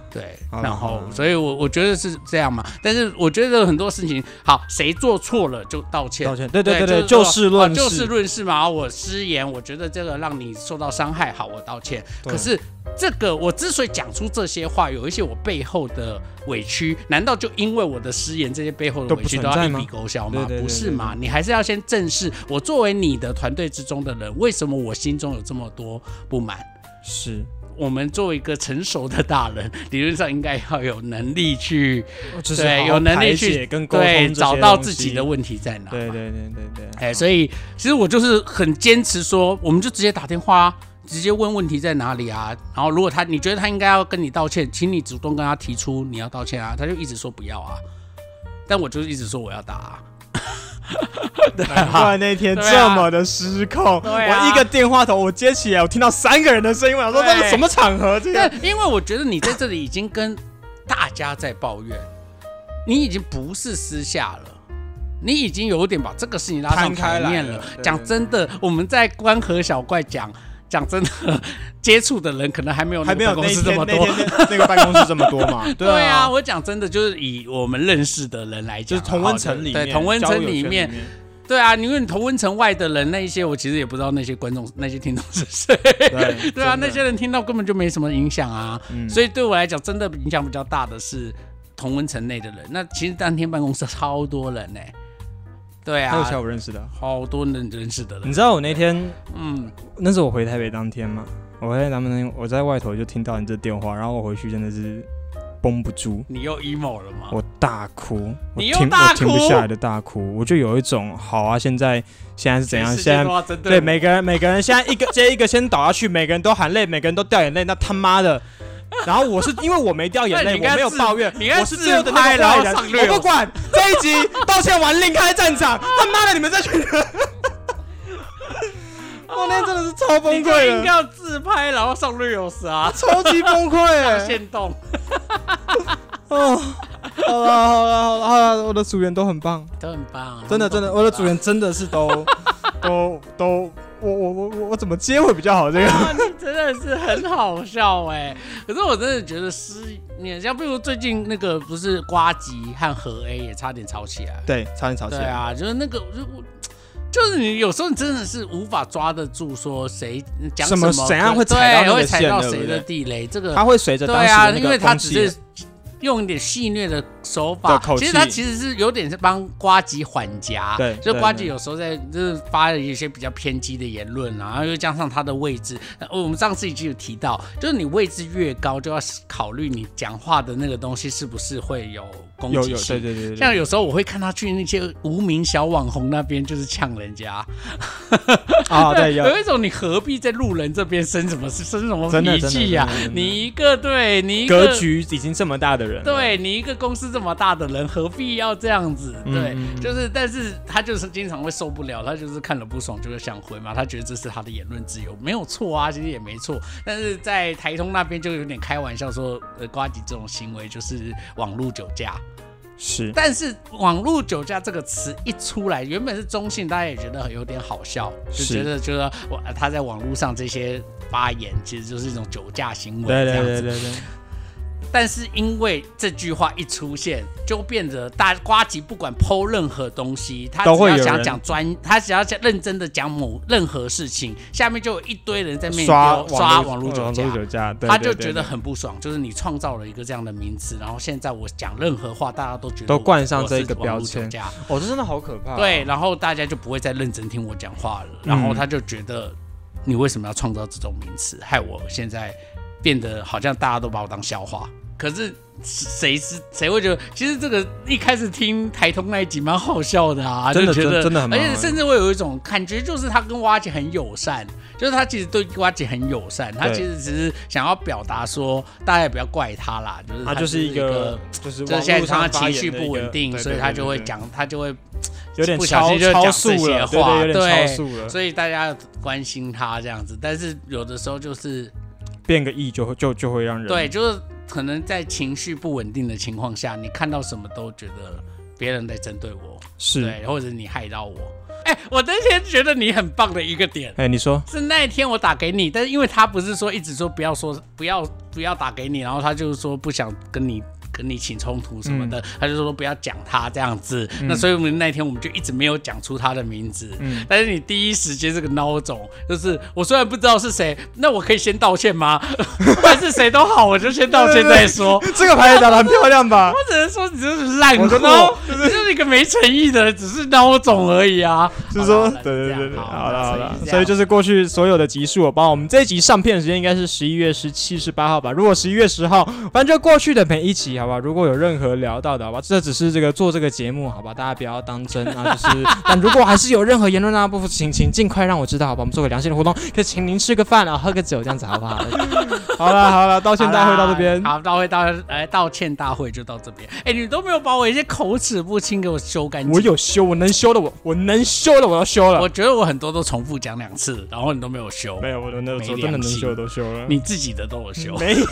[SPEAKER 1] 对，
[SPEAKER 2] 好啦
[SPEAKER 1] 然
[SPEAKER 2] 好
[SPEAKER 1] 后
[SPEAKER 2] 啦
[SPEAKER 1] 所以我我觉得是这样嘛。但是我觉得很多事情，好，谁做错了就道歉，
[SPEAKER 2] 道歉，对对对
[SPEAKER 1] 对
[SPEAKER 2] 对，就事论
[SPEAKER 1] 就事
[SPEAKER 2] 事，
[SPEAKER 1] 论事嘛。我失言，我觉得这个让你受到伤害，好，我道歉。
[SPEAKER 2] 对
[SPEAKER 1] 可是这个我之所以讲出这些话，有一些我背后的委屈，难道就因为我的失言，这些背后的
[SPEAKER 2] 都
[SPEAKER 1] 委
[SPEAKER 2] 不
[SPEAKER 1] 屈都
[SPEAKER 2] 存
[SPEAKER 1] 要
[SPEAKER 2] 在
[SPEAKER 1] 一
[SPEAKER 2] 吗
[SPEAKER 1] 笔勾销吗？
[SPEAKER 2] 对对对
[SPEAKER 1] 不是嘛？你还是要先正视我作为你的团队之中的人，为什么我心中有这么多不满？
[SPEAKER 2] 是，
[SPEAKER 1] 我们作为一个成熟的大人， 理论上应该要有能力去
[SPEAKER 2] 哦就是
[SPEAKER 1] 对
[SPEAKER 2] 好好
[SPEAKER 1] 有能力
[SPEAKER 2] 排
[SPEAKER 1] 去
[SPEAKER 2] 解跟沟通
[SPEAKER 1] 对
[SPEAKER 2] 这些
[SPEAKER 1] 找到
[SPEAKER 2] 东
[SPEAKER 1] 自己
[SPEAKER 2] 西
[SPEAKER 1] 的，问题在哪嘛。
[SPEAKER 2] 对对对对对，
[SPEAKER 1] 哎、所以其实我就是很坚持说，我们就直接打电话、啊，直接问问题在哪里啊。然后如果他你觉得他应该要跟你道歉，请你主动跟他提出你要道歉啊。他就一直说不要啊，但我就是一直说我要打、啊。
[SPEAKER 2] 难怪那天
[SPEAKER 1] 对啊
[SPEAKER 2] 这么的失控，
[SPEAKER 1] 对啊
[SPEAKER 2] 我一个电话头我接起来，我听到三个人的声音，我想说
[SPEAKER 1] 对
[SPEAKER 2] 这是什么场合？这
[SPEAKER 1] 但
[SPEAKER 2] 个
[SPEAKER 1] 因为我觉得你在这里已经跟大家在抱怨，你已经不是私下了。你已经有点把这个事情拉上
[SPEAKER 2] 摊开
[SPEAKER 1] 台面
[SPEAKER 2] 来
[SPEAKER 1] 了
[SPEAKER 2] 了对。
[SPEAKER 1] 讲真的，我们在关河小怪讲，讲真的， 接触的人可能还没有那
[SPEAKER 2] 还
[SPEAKER 1] 个
[SPEAKER 2] 没有
[SPEAKER 1] 办
[SPEAKER 2] 那
[SPEAKER 1] 公
[SPEAKER 2] 一
[SPEAKER 1] 室
[SPEAKER 2] 天
[SPEAKER 1] 这么
[SPEAKER 2] 那
[SPEAKER 1] 多。
[SPEAKER 2] 天那那个办公室这么多嘛？
[SPEAKER 1] 对
[SPEAKER 2] 啊，
[SPEAKER 1] 我讲真的，就是以我们认识的人来
[SPEAKER 2] 就
[SPEAKER 1] 讲啊，
[SPEAKER 2] 是同温层里面，
[SPEAKER 1] 对同温
[SPEAKER 2] 交友
[SPEAKER 1] 层
[SPEAKER 2] 圈
[SPEAKER 1] 里
[SPEAKER 2] 里
[SPEAKER 1] 面，，对啊，因为你同温层外的人那一些，我其实也不知道那些观众、那些听众是 谁，
[SPEAKER 2] 对
[SPEAKER 1] 对啊，
[SPEAKER 2] 真的
[SPEAKER 1] 那些人听到根本就没什么影响啊，
[SPEAKER 2] 嗯
[SPEAKER 1] 所以对我来讲，真的影响比较大的是同温层内的人。那其实当天办公室超多人呢、对
[SPEAKER 2] 还有
[SPEAKER 1] 啊，
[SPEAKER 2] 小我认识的，
[SPEAKER 1] 好多人认识的
[SPEAKER 2] 你
[SPEAKER 1] 人，
[SPEAKER 2] 知道我那天
[SPEAKER 1] 嗯，
[SPEAKER 2] 那是我回台北当天嘛，我回台北当天我在外头就听到你这电话，然后我回去真的是绷不住，
[SPEAKER 1] 你又 emo 了吗？
[SPEAKER 2] 我大哭，我
[SPEAKER 1] 你
[SPEAKER 2] 停
[SPEAKER 1] 又大
[SPEAKER 2] 我停不
[SPEAKER 1] 哭
[SPEAKER 2] 下来的大哭，我就有一种好啊，现在现在是怎样？
[SPEAKER 1] 全世
[SPEAKER 2] 现
[SPEAKER 1] 界都
[SPEAKER 2] 在
[SPEAKER 1] 要针
[SPEAKER 2] 对
[SPEAKER 1] 我
[SPEAKER 2] 每个人每个人现在一个接一个先倒下去，每个人都含泪，每个人都掉眼泪，那他妈的。然后我是因为我没掉 眼
[SPEAKER 1] 那
[SPEAKER 2] 泪，
[SPEAKER 1] 你应
[SPEAKER 2] 我
[SPEAKER 1] 该
[SPEAKER 2] 没有
[SPEAKER 1] 自
[SPEAKER 2] 抱怨，
[SPEAKER 1] 你应该
[SPEAKER 2] 我是最后的那
[SPEAKER 1] 自拍
[SPEAKER 2] 个坏
[SPEAKER 1] 然
[SPEAKER 2] 人，
[SPEAKER 1] 后上略
[SPEAKER 2] 我不管这一集道歉完另开战场，他妈的你们这 群人，我那天真的是超崩
[SPEAKER 1] 你就
[SPEAKER 2] 溃
[SPEAKER 1] 应该
[SPEAKER 2] 了，
[SPEAKER 1] 要自拍，然后上 reels 啊，
[SPEAKER 2] 超级崩溃、欸，
[SPEAKER 1] 现动。
[SPEAKER 2] 哦，好了好了好了好了，我的组员都很棒，
[SPEAKER 1] 都很棒，
[SPEAKER 2] 真的真的，我的组员真的是 都都都，我我我我我怎么接会比较好？这个
[SPEAKER 1] 哇，你真的是很好笑哎、可是我真的觉得失你像比如最近那个不是瓜吉和何 A 也差点吵起来，
[SPEAKER 2] 对，差点吵起
[SPEAKER 1] 对
[SPEAKER 2] 来。
[SPEAKER 1] 啊，就是那个就我就是你有时候你真的是无法抓得住说谁讲
[SPEAKER 2] 什
[SPEAKER 1] 么
[SPEAKER 2] 么怎样会踩到那
[SPEAKER 1] 对
[SPEAKER 2] 个
[SPEAKER 1] 会踩
[SPEAKER 2] 线
[SPEAKER 1] 到
[SPEAKER 2] 对不
[SPEAKER 1] 谁的
[SPEAKER 2] 对
[SPEAKER 1] 地雷，这个
[SPEAKER 2] 他会随着
[SPEAKER 1] 对
[SPEAKER 2] 当时的
[SPEAKER 1] 啊，
[SPEAKER 2] 那
[SPEAKER 1] 因为
[SPEAKER 2] 个
[SPEAKER 1] 他
[SPEAKER 2] 风
[SPEAKER 1] 只
[SPEAKER 2] 气
[SPEAKER 1] 是用一点戏谑的手法
[SPEAKER 2] 的，口
[SPEAKER 1] 其实他
[SPEAKER 2] 气
[SPEAKER 1] 其实是有点是帮瓜吉缓夹，
[SPEAKER 2] 对
[SPEAKER 1] 所以
[SPEAKER 2] 对
[SPEAKER 1] 瓜吉
[SPEAKER 2] 对
[SPEAKER 1] 有时候在就是发了一些比较偏激的言论啊，然后又加上他的位置，呃我们上次已经有提到，就是你位置越高，就要考虑你讲话的那个东西是不是会有攻
[SPEAKER 2] 有
[SPEAKER 1] 击
[SPEAKER 2] 有对
[SPEAKER 1] 性。
[SPEAKER 2] 对对对对，
[SPEAKER 1] 像有时候我会看他去那些无名小网红那边，就是呛人家，
[SPEAKER 2] 啊对 有
[SPEAKER 1] 有一种你何必在路人这边生什么生什么
[SPEAKER 2] 真的
[SPEAKER 1] 脾
[SPEAKER 2] 真的
[SPEAKER 1] 气呀、
[SPEAKER 2] 真的真的
[SPEAKER 1] 你一个对你一个
[SPEAKER 2] 格局已经这么大的人了，
[SPEAKER 1] 对你一个公司这么大的人，何必要这样子？
[SPEAKER 2] 嗯
[SPEAKER 1] 对，
[SPEAKER 2] 嗯嗯
[SPEAKER 1] 就是，但是他就是经常会受不了，他就是看了不爽就会想回嘛，他觉得这是他的言论自由，没有错啊，其实也没错。但是在台通那边就有点开玩笑说，呃，瓜吉这种行为就是网络酒驾。
[SPEAKER 2] 嗯是
[SPEAKER 1] 但是网络酒驾这个词一出来，原本是中性，大家也觉得有点好笑，就是觉得就是说哇他在网络上这些发言，其实就是一种酒驾行为这
[SPEAKER 2] 对对
[SPEAKER 1] 样子
[SPEAKER 2] 对。对对，
[SPEAKER 1] 但是因为这句话一出现，就变得大瓜吉不管剖任何东西，他
[SPEAKER 2] 都
[SPEAKER 1] 只
[SPEAKER 2] 会有
[SPEAKER 1] 要
[SPEAKER 2] 人
[SPEAKER 1] 想讲专，他只要想认真的讲某任何事情，下面就有一堆人在面
[SPEAKER 2] 刷
[SPEAKER 1] 丢刷网
[SPEAKER 2] 网
[SPEAKER 1] 络
[SPEAKER 2] 络呃
[SPEAKER 1] 酒
[SPEAKER 2] 网
[SPEAKER 1] 驾
[SPEAKER 2] 络。酒驾，对
[SPEAKER 1] 他
[SPEAKER 2] 对
[SPEAKER 1] 就
[SPEAKER 2] 对
[SPEAKER 1] 觉
[SPEAKER 2] 对
[SPEAKER 1] 得很不爽，就是你创造了一个这样的名词，然后现在我讲任何话，大家都觉得
[SPEAKER 2] 都
[SPEAKER 1] 我
[SPEAKER 2] 冠上
[SPEAKER 1] 我
[SPEAKER 2] 这
[SPEAKER 1] 是
[SPEAKER 2] 个
[SPEAKER 1] 网
[SPEAKER 2] 标
[SPEAKER 1] 络酒
[SPEAKER 2] 签
[SPEAKER 1] 驾
[SPEAKER 2] 哦，这真的好可怕哦。
[SPEAKER 1] 对，然后大家就不会再认真听我讲话了，然
[SPEAKER 2] 嗯
[SPEAKER 1] 后他就觉得你为什么要创造这种名词，害我现在变得好像大家都把我当笑话。可是谁是谁会觉得，其实这个一开始听台通那一集蛮好笑的啊，
[SPEAKER 2] 真的
[SPEAKER 1] 就觉得
[SPEAKER 2] 真真的很
[SPEAKER 1] 而
[SPEAKER 2] 蛮好
[SPEAKER 1] 且甚至会有一种感觉，就是他跟蛙姐很友善，就是他其实对蛙姐很友善，他
[SPEAKER 2] 对
[SPEAKER 1] 其实只是想要表达说，大家也不要怪他啦，就是
[SPEAKER 2] 他就是一个就是
[SPEAKER 1] 就是
[SPEAKER 2] 网
[SPEAKER 1] 现在
[SPEAKER 2] 络
[SPEAKER 1] 常常
[SPEAKER 2] 上
[SPEAKER 1] 情绪不稳定，所以他就会，讲，他就会
[SPEAKER 2] 对对对对对有点
[SPEAKER 1] 不小心就
[SPEAKER 2] 超
[SPEAKER 1] 讲这
[SPEAKER 2] 速
[SPEAKER 1] 些
[SPEAKER 2] 了，
[SPEAKER 1] 话，
[SPEAKER 2] 对对，有点超
[SPEAKER 1] 对，
[SPEAKER 2] 速了，
[SPEAKER 1] 所以大家要关心他这样子。但是有的时候就是
[SPEAKER 2] 变个亿就会就就会让人
[SPEAKER 1] 对，就是可能在情绪不稳定的情况下，你看到什么都觉得别人在针对我，
[SPEAKER 2] 是。
[SPEAKER 1] 对，或者你害到我。哎，我那天觉得你很棒的一个点。
[SPEAKER 2] 哎，你说
[SPEAKER 1] 是那一天我打给你，但是因为他不是说一直说不要说不要不要打给你，然后他就是说不想跟你跟你起冲突什么的，他就说不要讲他这样子。那所以我们那天我们就一直没有讲出他的名字。但是你第一时间这个孬种，就是我虽然不知道是谁，那我可以先道歉 吗？不管是谁都好，我就先道歉再说。
[SPEAKER 2] 这个牌打得很漂亮 吧？
[SPEAKER 1] 我只能说你就是烂
[SPEAKER 2] 我
[SPEAKER 1] 货
[SPEAKER 2] 的孬，
[SPEAKER 1] 你就是一个没诚意的人，只是孬种而已啊。
[SPEAKER 2] 就是说
[SPEAKER 1] 好，啦
[SPEAKER 2] 对对对对，好了好了，所
[SPEAKER 1] 所
[SPEAKER 2] 以
[SPEAKER 1] 以
[SPEAKER 2] 就是是过去所有的集数，我帮我们这一集上片时间应该是十一月十七、十八号吧。如果十一月十号，反正就过去的每一集，好吧。如果有任何聊到的，好吧，这只是这个做这个节目，好吧，大家不要当真啊。就是，但如果还是有任何言论啊不服，请请尽快让我知道，好吧，我们做个良心的活动，就请您吃个饭啊，喝个酒这样子，好不 好？好了好了，道歉大会到这边，
[SPEAKER 1] 好，道歉大哎，道歉大会就到这边。哎，你都没有把我一些口齿不清给我修干净。
[SPEAKER 2] 我，有修，我能修的，我我能修的，我要修了
[SPEAKER 1] 我。觉得我很多都重复讲两次，然后你都没有修
[SPEAKER 2] 没，有，嗯我真的
[SPEAKER 1] 没
[SPEAKER 2] 真的能
[SPEAKER 1] 良心
[SPEAKER 2] 修的都修了。
[SPEAKER 1] 你自己的都有修，
[SPEAKER 2] 没有。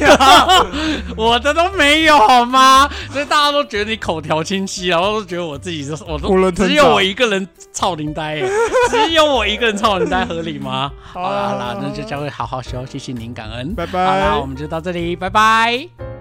[SPEAKER 1] 我的都没有好吗？所以大家都觉得你口条清晰，然后都觉得我自己就是我
[SPEAKER 2] 囫
[SPEAKER 1] 都
[SPEAKER 2] 囵吞
[SPEAKER 1] 只
[SPEAKER 2] 枣
[SPEAKER 1] 有我一个人操林呆、 哎只有我一个人操林呆，合理吗？好啦好啦，那就将会好好修，谢谢您，感恩。
[SPEAKER 2] 拜
[SPEAKER 1] 好
[SPEAKER 2] 拜
[SPEAKER 1] 啦，我们就到这里，拜拜。